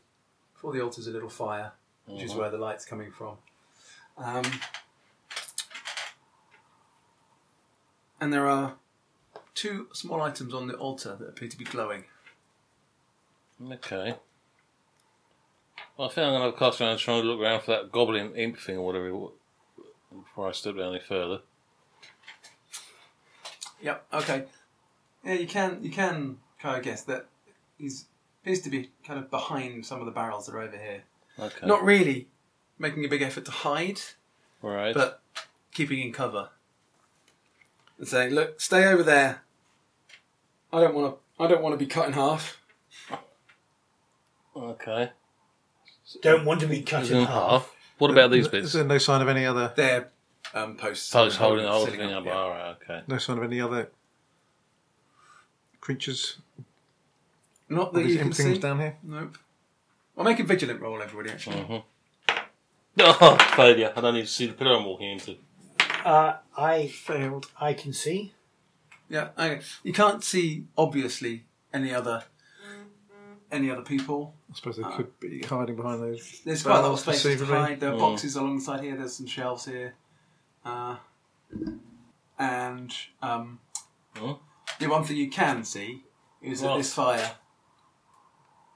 before the altar is a little fire, which is where the light's coming from. Um, and there are two small items on the altar that appear to be glowing. Okay. Well, I think I'm going to have a cast around and try and look around for that goblin imp thing or whatever it was before I step down any further. Yep. Okay. Yeah, you can you can kind of guess that he's appears to be kind of behind some of the barrels that are over here. Okay. Not really making a big effort to hide, right. but keeping in cover and saying, "Look, stay over there. I don't want to. I don't want to be cut in half." okay. Mm. Don't want to be cut Mm-hmm. in half. What about these Is there- Is bits? there no sign of any other? They're um, posts. Post holding the whole sitting thing up. yeah. All right. Okay. No sign of any other creatures? Not All that these you can imp see. things down here. Nope. I'll make a vigilant roll, everybody. Actually, Hmm. Oh, failure. I don't need to see the pillar I'm walking into. Uh, I Failed. I can see. yeah. Okay. You can't see obviously any other any other people. I suppose Uh, they could be hiding behind those. There's quite a lot of space barrels, to presumably. hide. There are Mm. boxes alongside here. There's some shelves here, uh, and um, Mm. the one thing you can see is that What? this fire.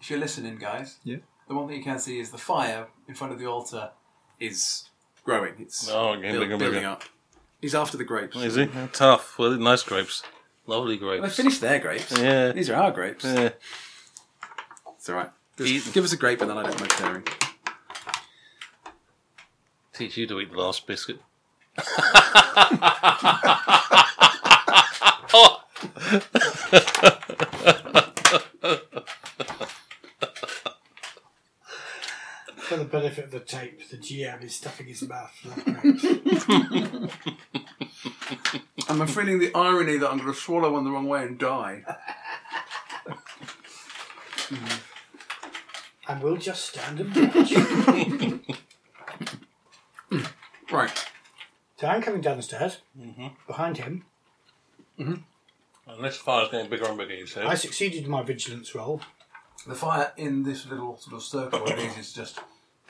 If you're listening, guys, Yeah. the one thing you can see is the fire in front of the altar is growing. It's Oh, getting build- bigger and building bigger. up. He's after the grapes. Is he? Tough. Well, nice grapes. Lovely They grapes. finished their grapes. Yeah. These are our grapes. Yeah. It's all right. Eat them. Just give us a grape and then I don't mind sharing. Teach you to eat the last biscuit. For the benefit of the tape, the GM is stuffing his mouth. full of grapes. And I'm feeling the irony that I'm going to swallow one the wrong way and die. and we'll just stand and watch. Right. so I'm coming down the stairs. Behind him, And this fire's getting bigger and bigger, you see. I succeeded in my vigilance roll. The fire in this little sort of circle it is, is just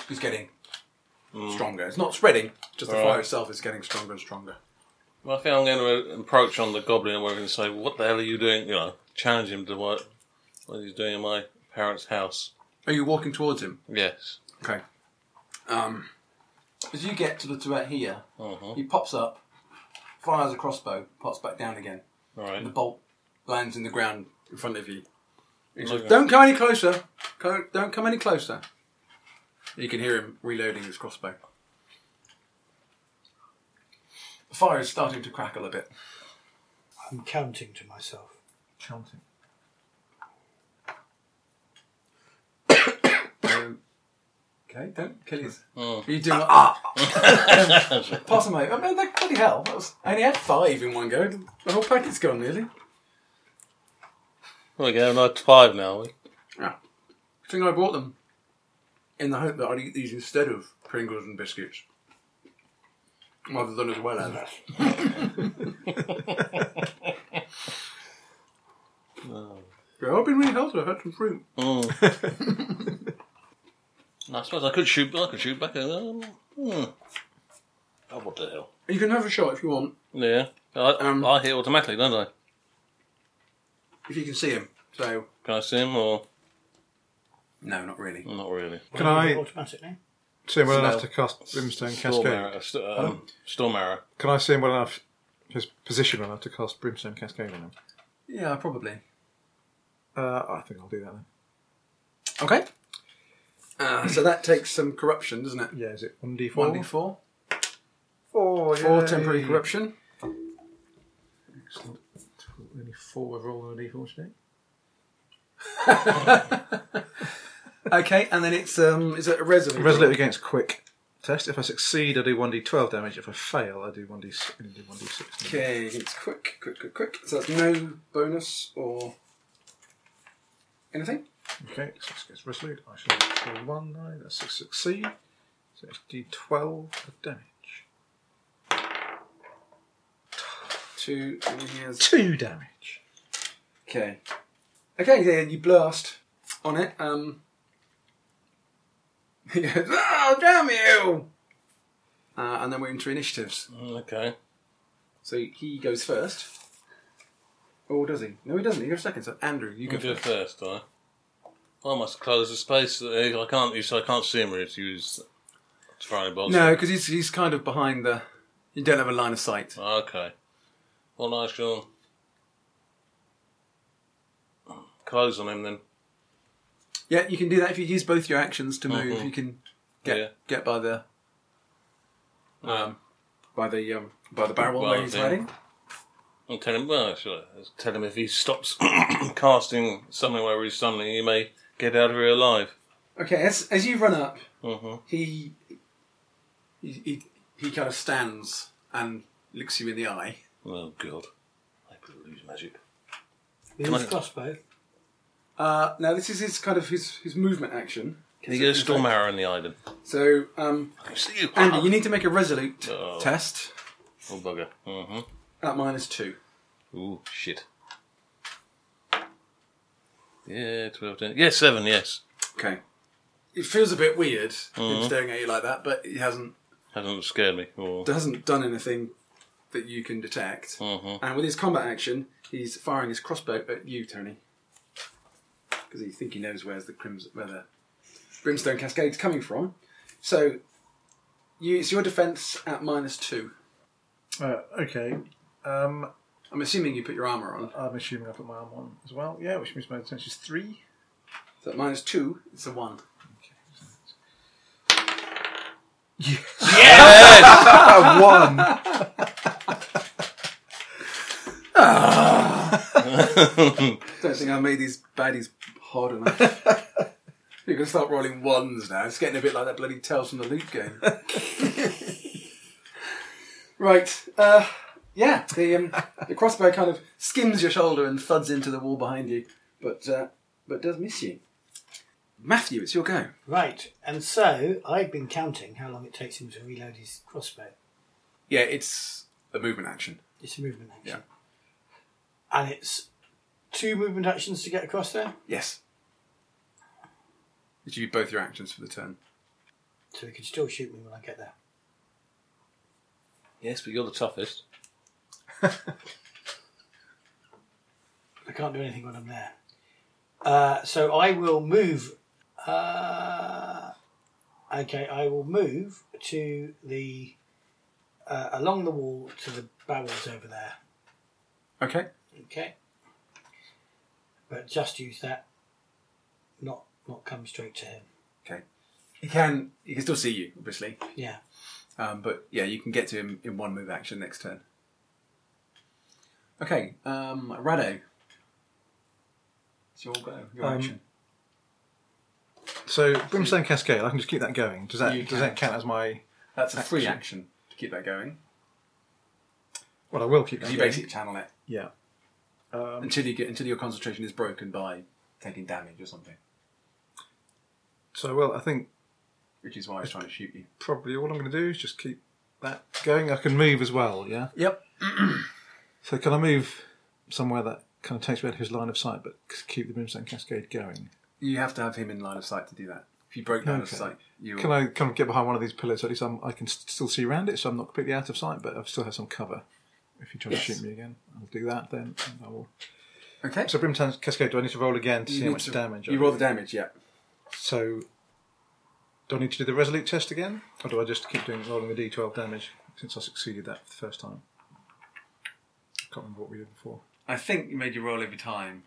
is getting stronger. It's not spreading, just the All fire right. itself is getting stronger and stronger. Well, I think I'm going to approach on the goblin and whatever and say, "What the hell are you doing?" You know, challenge him to what what he's doing in my parents' house. Are you walking towards him? Yes. Okay. Um, as you get to the to about here, Uh-huh. he pops up, fires a crossbow, pops back down again, Right. and the bolt lands in the ground in front of you. He says, Okay. don't come any closer. Co- Don't come any closer. You can hear him reloading his crossbow. The fire is starting to crackle a bit. I'm counting to myself. Counting. Okay, don't kill yourself. Mm. You do not. Ah! Pass them over. I mean, that, bloody hell. That was, I only had five in one go. The whole packet's gone, nearly. Well, we have another five now. are we? I think I bought them in the hope that I'd eat these instead of Pringles and biscuits. Rather than as well as. Yeah, I've been really healthy. I've had some fruit. Mm. I suppose I could shoot. I could shoot back. at them. Hmm. Oh, what the hell? You can have a shot if you want, Yeah. I, Um, I hit automatically, don't I? if you can see him. So, Can I see him or no, not really. not really? Can I- automatically? See him well Smell. enough to cast brimstone Storm cascade. arrow. St- um, Storm arrow. Can I see him well enough? His position well enough to cast brimstone cascade on him. Yeah, probably. Uh, I think I'll do that then. Okay. Uh, so that takes some corruption, doesn't it? Yeah, is it one d four? 1d4. four. Four temporary corruption. Excellent. Only four. We've rolled on a d four today. Okay, and then it's um, is it a resolute? Resolute against quick test. If I succeed, I do 1d12 damage. If I fail, I do 1d6. I do 1d6 damage. Okay, it's quick, quick, quick, quick. So that's no bonus or anything. Okay, six gets resolute. I shall roll one nine. That's six succeed. So it's d12 of damage. Two. And then he has- Two damage. Okay. Okay, then you blast on it. Um. He goes, "Oh, damn you!" Uh, and then we're into initiatives. Okay. So he goes first. Or does he? No, he doesn't. He goes second. So Andrew, you go You do first. first, do I? I must close the space. uh, I can't. So I can't see him. Really, to use throwing box. No, because he's he's kind of behind the. You don't have a line of sight. Okay. Well, I shall close on him then. Yeah, you can do that if you use both your actions to move. Mhm. You can get Yeah. get by the Um, by the um, by the barrel Well, where he's then- riding. I'll tell him. Well, should I I'll tell him if he stops casting something where he's suddenly, he may get out of here alive. Okay, as as you run up, hmm he he he, he kind of stands and looks you in the eye. Oh God, I could lose magic. With Can his I- crossbow. Uh, now this is his kind of his his movement action. Can you get a storm arrow in the eye then? So, um, I can see you. Andy, you need to make a resolute Oh. test Oh bugger. hmm at minus two. Ooh, shit. Yeah, 12, 10. Yeah, 7, yes. Okay. It feels a bit weird Mm-hmm. him staring at you like that, but he hasn't Hasn't scared me. Or... hasn't done anything that you can detect. Mhm. And with his combat action, he's firing his crossbow at you, Tony, because he think he knows where's the crimson, where the brimstone cascade's coming from. So, you, it's your defense at minus two. Uh, okay. Um, I'm assuming you put your armor on. I'm assuming I put my arm on as well. Yeah, which means my attention is three. So at minus two, it's a one. Ah, one. Don't think I made these baddies hard enough. You're gonna start rolling ones now. It's getting a bit like that bloody Tales from the Loop game. right. Uh, yeah. The um, the crossbow kind of skims your shoulder and thuds into the wall behind you, but uh, but does miss you. Matthew, it's your go. Right, and so I've been counting how long it takes him to reload his crossbow. Yeah, it's a movement action. It's a movement action. And it's two movement actions to get across there, Yes. Did you do both your actions for the turn? so he can still shoot me when I get there. Yes, but you're the toughest. I can't do anything when I'm there. Uh, so I will move. Uh, okay, I will move to the uh, along the wall to the barrels over there. Okay. Okay, but just use that. Not not come straight to him. He can. He can still see you, obviously. Yeah. Um, but yeah, you can get to him in one move action next turn. Okay, um, Rado. It's your go. Your Um, action. So brimstone cascade. I can just keep that going. Does that You does that count as my? That's a free action. action to keep that going. Well, I will keep that. You going. basically channel it Yeah. Um, until you get until your concentration is broken by taking damage or something, so I will. I think which is why I was trying to shoot you. probably all I'm going to do is just keep that going. I can move as well. Yeah. Yep. So can I move somewhere that kind of takes me out of his line of sight, but c- keep the brimstone cascade going? You have to have him in line of sight to do that. If you break line of Okay. sight, you Can I kind of get behind one of these pillars? so At least I'm, I can st- still see around it, so I'm not completely out of sight, but I've still had some cover. If you try Yes. to shoot me again, I'll do that then. And I will. Okay. So brimstone cascade. Do I need to roll again to You see need how much to- damage? I You roll the damage. Yeah. So, do I need to do the resolute test again, or do I just keep doing rolling the d12 damage since I succeeded that the first time? I can't remember what we did before. I think you made your roll every time.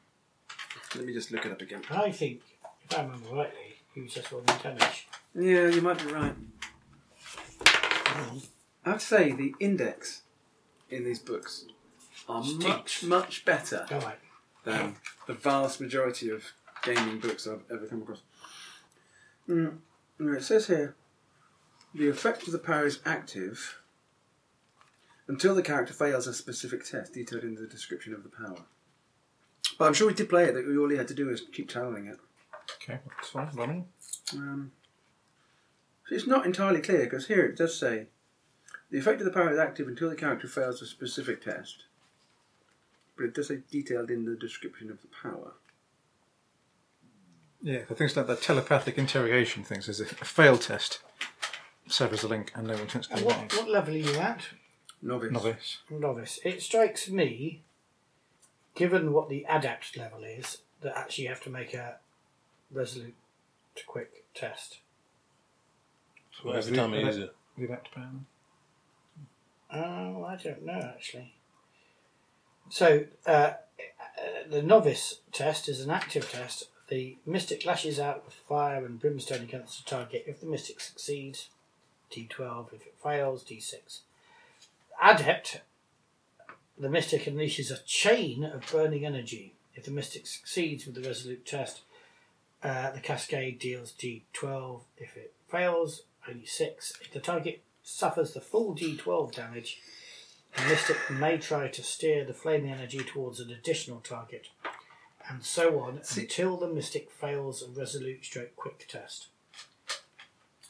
Let me just look it up again. I think, if I remember rightly, he was just rolling damage. Yeah, you might be right. I have to say, the index in these books are much, much better All right. than the vast majority of gaming books I've ever come across. No, it says here the effect of the power is active until the character fails a specific test detailed in the description of the power. But I'm sure we did play it, that all he had to do was keep tunneling it. Okay, that's fine. Running. Um, so it's not entirely clear because here it does say the effect of the power is active until the character fails a specific test. But it does say detailed in the description of the power. Yeah, the things like the telepathic interrogation things is a a failed test. Severs the link and no one tends to And come what, back. what level are you at, Novice. Novice. novice? It strikes me, given what the adept level is, that actually you have to make a resolute to quick test. Well, every time you uh, use it. The adapt power. Oh, I don't know actually. So uh, uh, the novice test is an active test. The mystic lashes out with fire and brimstone against the target. If the mystic succeeds, D12. If it fails, D6. Adept, the mystic unleashes a chain of burning energy. If the mystic succeeds with the resolute test, uh, the cascade deals D12. If it fails, only 6. If the target suffers the full D12 damage, the mystic may try to steer the flaming energy towards an additional target, and so on until the mystic fails a resolute stroke quick test.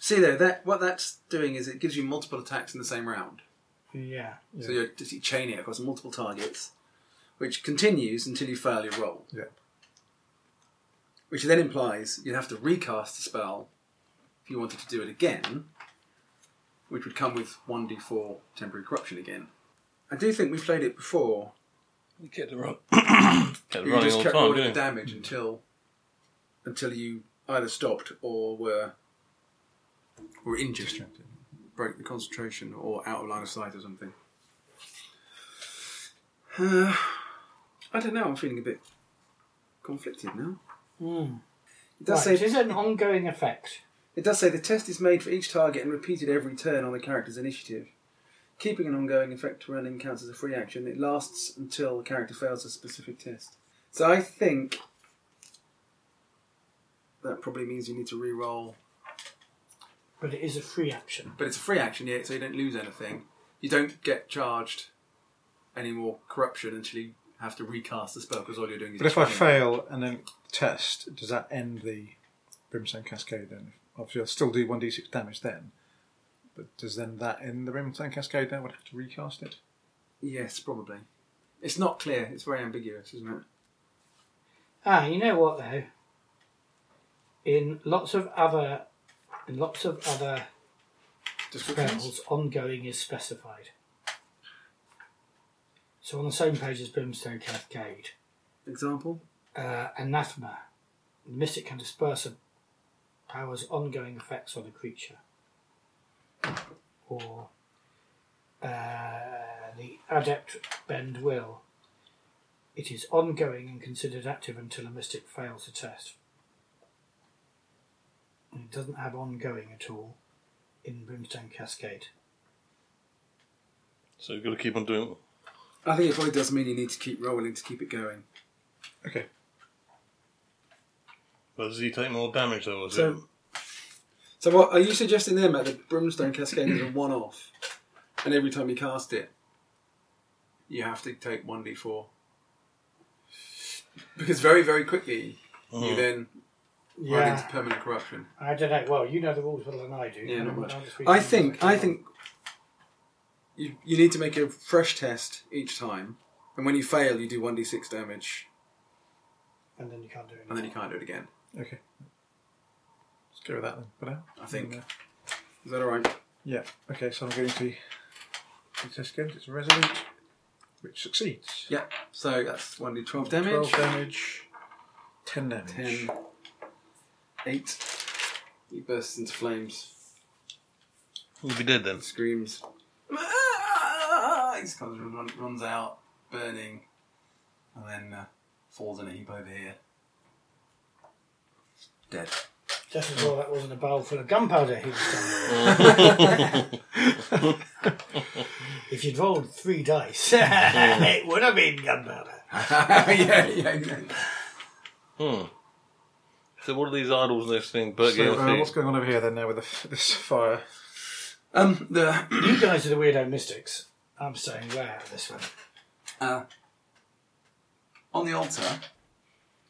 See there, that what that's doing is it gives you multiple attacks in the same round. Yeah. So you're just chaining it across multiple targets, which continues until you fail your roll. Yeah. Which then implies you'd have to recast the spell if you wanted to do it again, which would come with 1d4 temporary corruption again. I do think we played it before. You get the run. get the You running just all the kept time, rolling the don't you? damage until until you either stopped or were were injured, broke the concentration, or out of line of sight or something. Uh, I don't know. I'm feeling a bit conflicted now. It does Right, it say is an ongoing effect. it does say the test is made for each target and repeated every turn on the character's initiative. Keeping an ongoing effect running counts as a free action. It lasts until the character fails a specific test. So I think that probably means you need to re-roll. But it is a free action. But it's a free action, yeah, so you don't lose anything. You don't get charged any more corruption until you have to recast the spell because all you're doing is. But if I chaining. fail and then test, does that end the Brimstone Cascade then? Obviously, I'll still do 1d6 damage then. But does then that end the Brimstone Cascade then? I would have to recast it. yes, probably. It's not clear. It's very ambiguous, isn't it? Ah, you know what though? In lots of other in lots of other Descriptions. spells, ongoing is specified. So on the same page as Brimstone Cascade, Example. uh, anathema. The mystic can disperse a power's ongoing effects on a creature. Or uh, the adept bend will. It is ongoing and considered active until a mystic fails a test. And it doesn't have ongoing at all in Brimstone Cascade. So you've got to keep on doing it. I think it probably does mean you need to keep rolling to keep it going. Okay. But does he take more damage though? Is it? So, so what are you suggesting there, Matt? That Brimstone Cascade is a one-off, and every time you cast it, you have to take one d4 because very, very quickly Mm. you then run into permanent corruption. I don't know. Well, you know the rules better than I do. Yeah, not I'm- much. I'm just reading I them as think go I along. think you you need to make a fresh test each time, and when you fail, you do one d6 damage, And then you can't do it. and then you can't do it again. Okay. Let's go with that then for now. I think. Yeah. Is that all right? Yeah. Okay, so I'm going to the test again. It's resolute, which succeeds. Yeah. So that's one d12 damage. 12 damage, 10 damage. 10, 8. He bursts into flames, We'll be dead then. screams. Ah! He kind of run, runs out, burning, and then uh, falls in a heap over here. Dead. Definitely sure that wasn't a barrel full of gunpowder he was done with. If you'd rolled three dice, it would have been gunpowder. yeah, yeah, yeah. Hmm. So what are these idols in this thing? Burger So, uh, Hill what's feet. going on over here then now with the, f- this fire? Um, the You guys are the weirdo mystics. I'm staying way out of this one. uh, on the altar,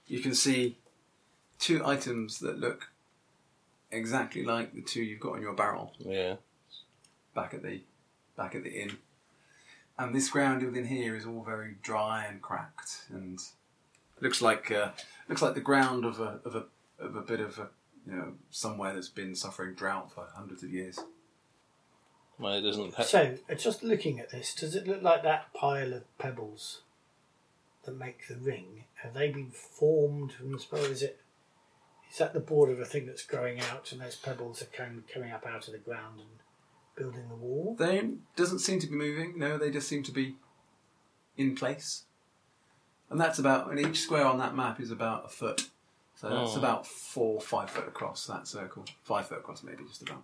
you can see two items that look exactly like the two you've got on your barrel Yeah. back at the back at the inn. And this ground within here is all very dry and cracked, and looks like uh, looks like the ground of a of a of a bit of a you know somewhere that's been suffering drought for hundreds of years. Well, it doesn't. Ha- So, uh, just looking at this, does it look like that pile of pebbles that make the ring? Have they been formed from the spell? Is it? Is that the border of a thing that's growing out, and those pebbles are com- coming up out of the ground and building the wall? They doesn't seem to be moving. No, they just seem to be in place. And that's about. And each square on that map is about a foot. So that's Oh. about four, five foot across that circle. Five foot across, maybe just about.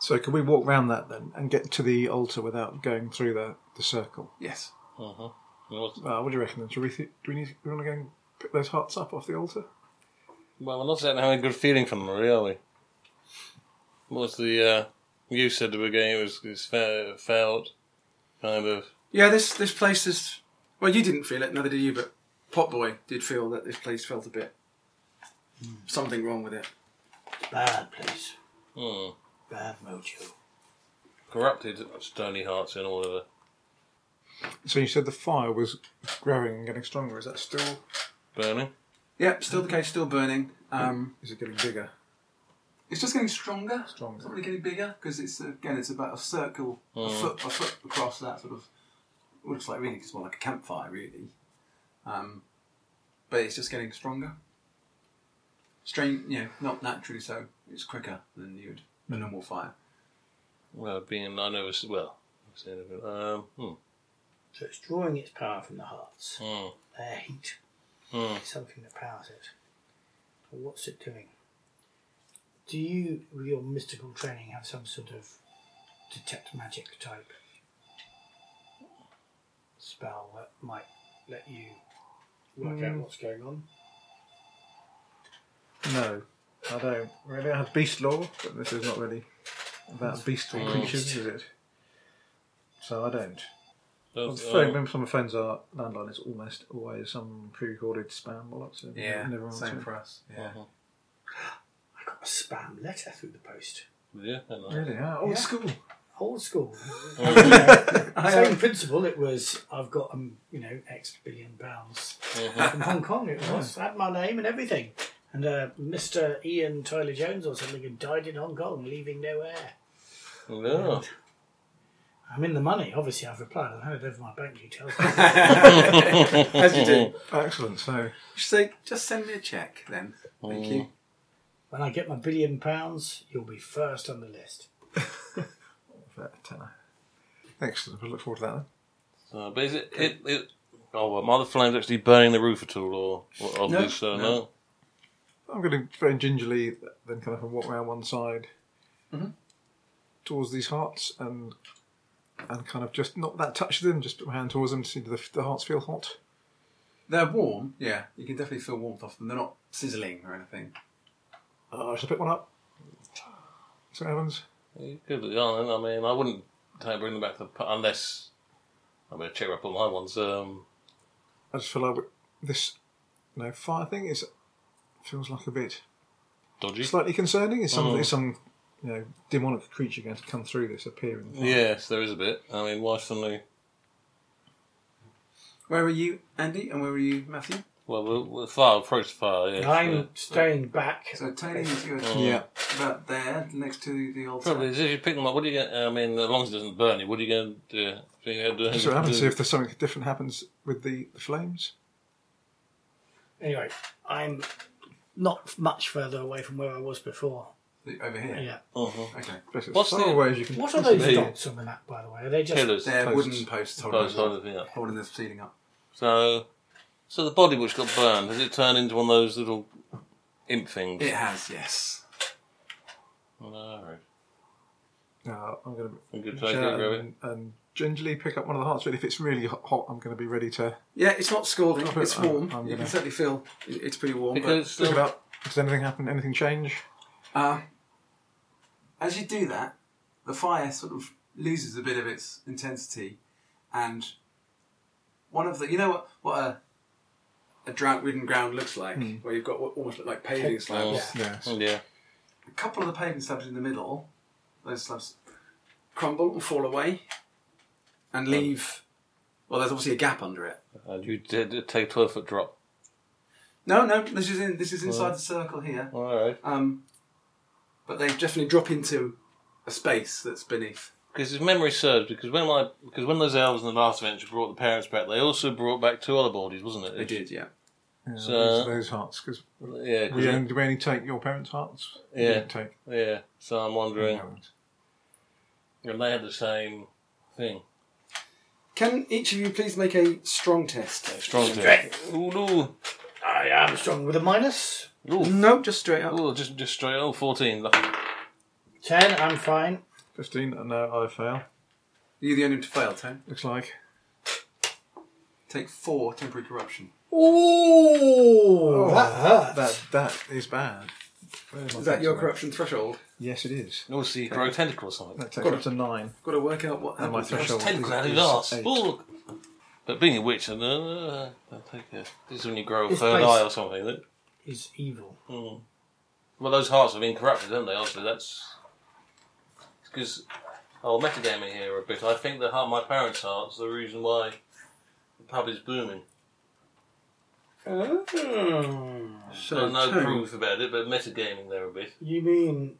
So can we walk round that then and get to the altar without going through the, the circle? Yes. uh-huh. What- Uh, what do you reckon then? Do we, th- do we need we want to go and pick those hearts up off the altar? Well, we're not certainly having a good feeling from them, really, are we? What's the. Uh, you said at the beginning it was, it was fe- felt kind of. Yeah, this this place is. Well, you didn't feel it, neither did you, but Potboy did feel that this place felt a bit. Something wrong with it. Bad place, Hmm. bad mojo. corrupted stony hearts and all of So you said the fire was growing and getting stronger. Is that still? burning. Yep, still the case, still burning. Um, Is it getting bigger? it's just getting stronger. Stronger. It's not really getting bigger because it's again, it's about a circle, a foot, a foot across that sort of. It looks like really just more like a campfire, really. Um, but it's just getting stronger. Strain, you know, not naturally so. It's quicker than you'd a normal fire. Well, being I know it's well. I've seen it, Um, hmm. So it's drawing its power from the hearts. Hmm. Their heat Hmm. is something that powers it. But what's it doing? Do you, with your mystical training, have some sort of detect magic type spell that might let you work out what's going on? No, I don't. Really, I have beast law, but this is not really about beastly creatures, is it? So I don't. Well, On the uh, phone, remember some of the phones are landline is almost always some pre-recorded spam or lots of never answer. same for us. Yeah. I got a spam letter through the post. yeah, I know. Really? Huh? Old Yeah. school. Old school. Same principle. It was I've got um, you know X billion pounds from Hong Kong. It was had my name and everything. And uh, Mr. Ian Tyler Jones or something had died in Hong Kong, leaving no heir. No. I'm in the money. Obviously, I've replied. I've handed over my bank details. As you do. You Excellent. So should say, just send me a check then. Thank Oh. you. when I get my billion pounds, you'll be first on the list. for a tenner. Excellent. I look forward to that. Then. So, Uh, but is it, it, it Oh well, mother flames actually burning the roof at all, or, or of No, this? no. Uh, no. I'm going to very gingerly then kind of walk around one side towards these hearts and and kind of just not that touch them, just put my hand towards them to see do the, the hearts feel hot. They're warm. Yeah, you can definitely feel warmth off them. They're not sizzling or anything. Uh, should I pick one up? So Evans, You could, yeah, I mean, I wouldn't take, bring them back to the pub unless I'm going to cheer up on my ones. Um, I just feel like this you know, fire thing is feels like a bit dodgy. slightly concerning. Is some Mm. is some you know demonic creature going to come through this appear in the fire? yes, there is a bit. I mean, why suddenly? Where are you, Andy, and where are you, Matthew? Well, we're, we're far approach the fire. Yes, I'm yeah. staying back. So Tony, you're Yeah. about there, next to the altar. Probably is if you pick them up. What are you? Gonna, I mean, as long as it doesn't burn you, what are you going to do? Are you gonna do So anything- Evans, see if there's something different happens with the, the flames. Anyway, I'm not much further away from where I was before. Over here. Yeah. Uh-huh. Okay. But it's What's so the- away as you can What are those Hey. dots on the map, by the way? Are they just Pillars. They're Posts. wooden posts holding, Both holding, sides, yeah. holding the ceiling up. So, so the body which got burned has it turned into one of those little imp things? It has, yes. Alright. No, I'm going to You could take it, shout grab it. and, and gingerly pick up one of the hearts, but if it's really ho- hot, I'm going to be ready to Yeah, it's not scalding. Drop it. It's I'm- warm. I'm you can gonna- certainly feel it- it's pretty warm. Because pick it um, up. Does anything happen? Anything change? But, uh, as you do that, the fire sort of loses a bit of its intensity, and one of the you know what what a a drought-ridden ground looks like, where you've got what almost look like paving slabs. Yes. Oh, yeah. A couple of the paving slabs in the middle, those slabs crumble and fall away, and leave. Well, there's obviously a gap under it. And Uh, you did take twelve foot drop. No, no, this is in, this is inside the circle here. All right. Um, but they definitely drop into a space that's beneath. Because his memory serves. Because when I, because when those elves in the last adventure brought the parents back, they also brought back two other bodies, wasn't it? They did, yeah. Yeah, So- those, those hearts, because Yeah. 'cause we, it- only- we only take your parents' hearts. We Yeah. don't take yeah. So I'm wondering, your ones. and they had the same thing. Can each of you please make a strong test? Strong strength. Ooh, no. I am strong with a minus. Ooh. No, just straight up. Ooh, just just straight. Oh, 14. Lucky. 10, I'm fine. Fifteen. uh, No, I fail. You're the only one to fail, Tone. Looks like Take four temporary corruption. Oh. Ooh, Oh, that hurt. that. That is bad. Where's my Is that your pencil? corruption threshold? Yes, it is. No, see, grow tentacle or something. That takes up to nine. Got to work out what And my happens. next. threshold. Tentacles out of his is arse. eight. Ooh. But being a witch, and uh, I think uh, this is when you grow a This third place- eye or something. That, Is evil. mm. Well, those hearts have been corrupted, haven't they? Obviously, that's because I'll metagaming here a bit. I think the heart, my parents' hearts, the reason why the pub is booming. So, Hmm. There's no Tone, proof about it, but metagaming there a bit. You mean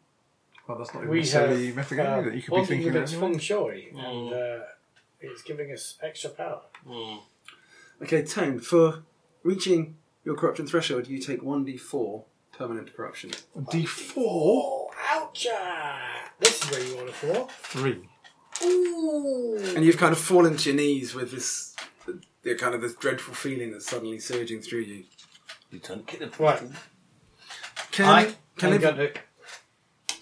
Well, that's not even we necessarily have uh, metagaming that you could be thinking of about. its feng shui Mm. and uh, it's giving us extra power. Mm. Okay, Tone, for reaching your corruption threshold, you take 1d4 permanent corruption. Oh, D4? Oucha! This is where you want it for. Three. and you've kind of fallen to your knees with this the kind of this dreadful feeling that's suddenly surging through you. You don't get it. Right, Can I can am ev- going to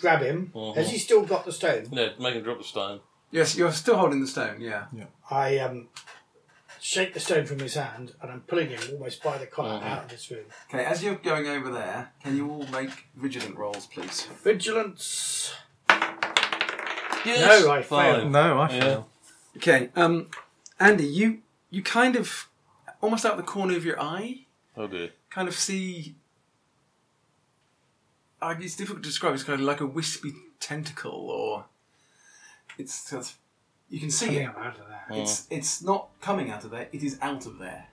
grab him. Has he still got the stone? No, make him drop the stone. yes, you're still holding the stone. Yeah, I um, shake the stone from his hand and I'm pulling him almost by the collar out of this room. Okay, as you're going over there, can you all make vigilant rolls, please? Vigilance! Yes, No, I five. failed. No, I fail. Okay, um, Andy, you you kind of almost out of the corner of your eye, Oh dear. kind of see. Uh, it's difficult to describe. It's kind of like a wispy tentacle, or it's sort of- you can see it. I'm out of there. It's it's not coming out of there. It is out of there,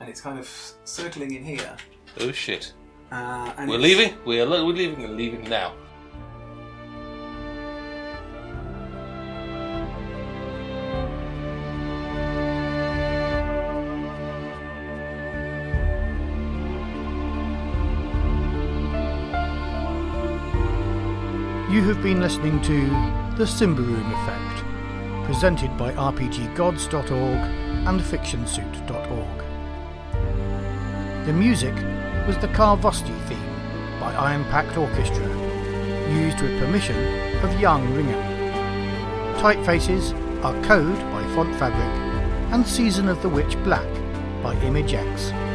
and it's kind of circling in here. Oh shit. Uh, and We're it's- leaving. We're, lo- we're leaving and leaving now. You have been listening to The Simba Room Effect, presented by RPGgods.org and FictionSuit.org. The music was the Carvosti theme by Iron Pact Orchestra, used with permission of Young Ringer. Typefaces are Code by Font Fabric and Season of the Witch Black by ImageX.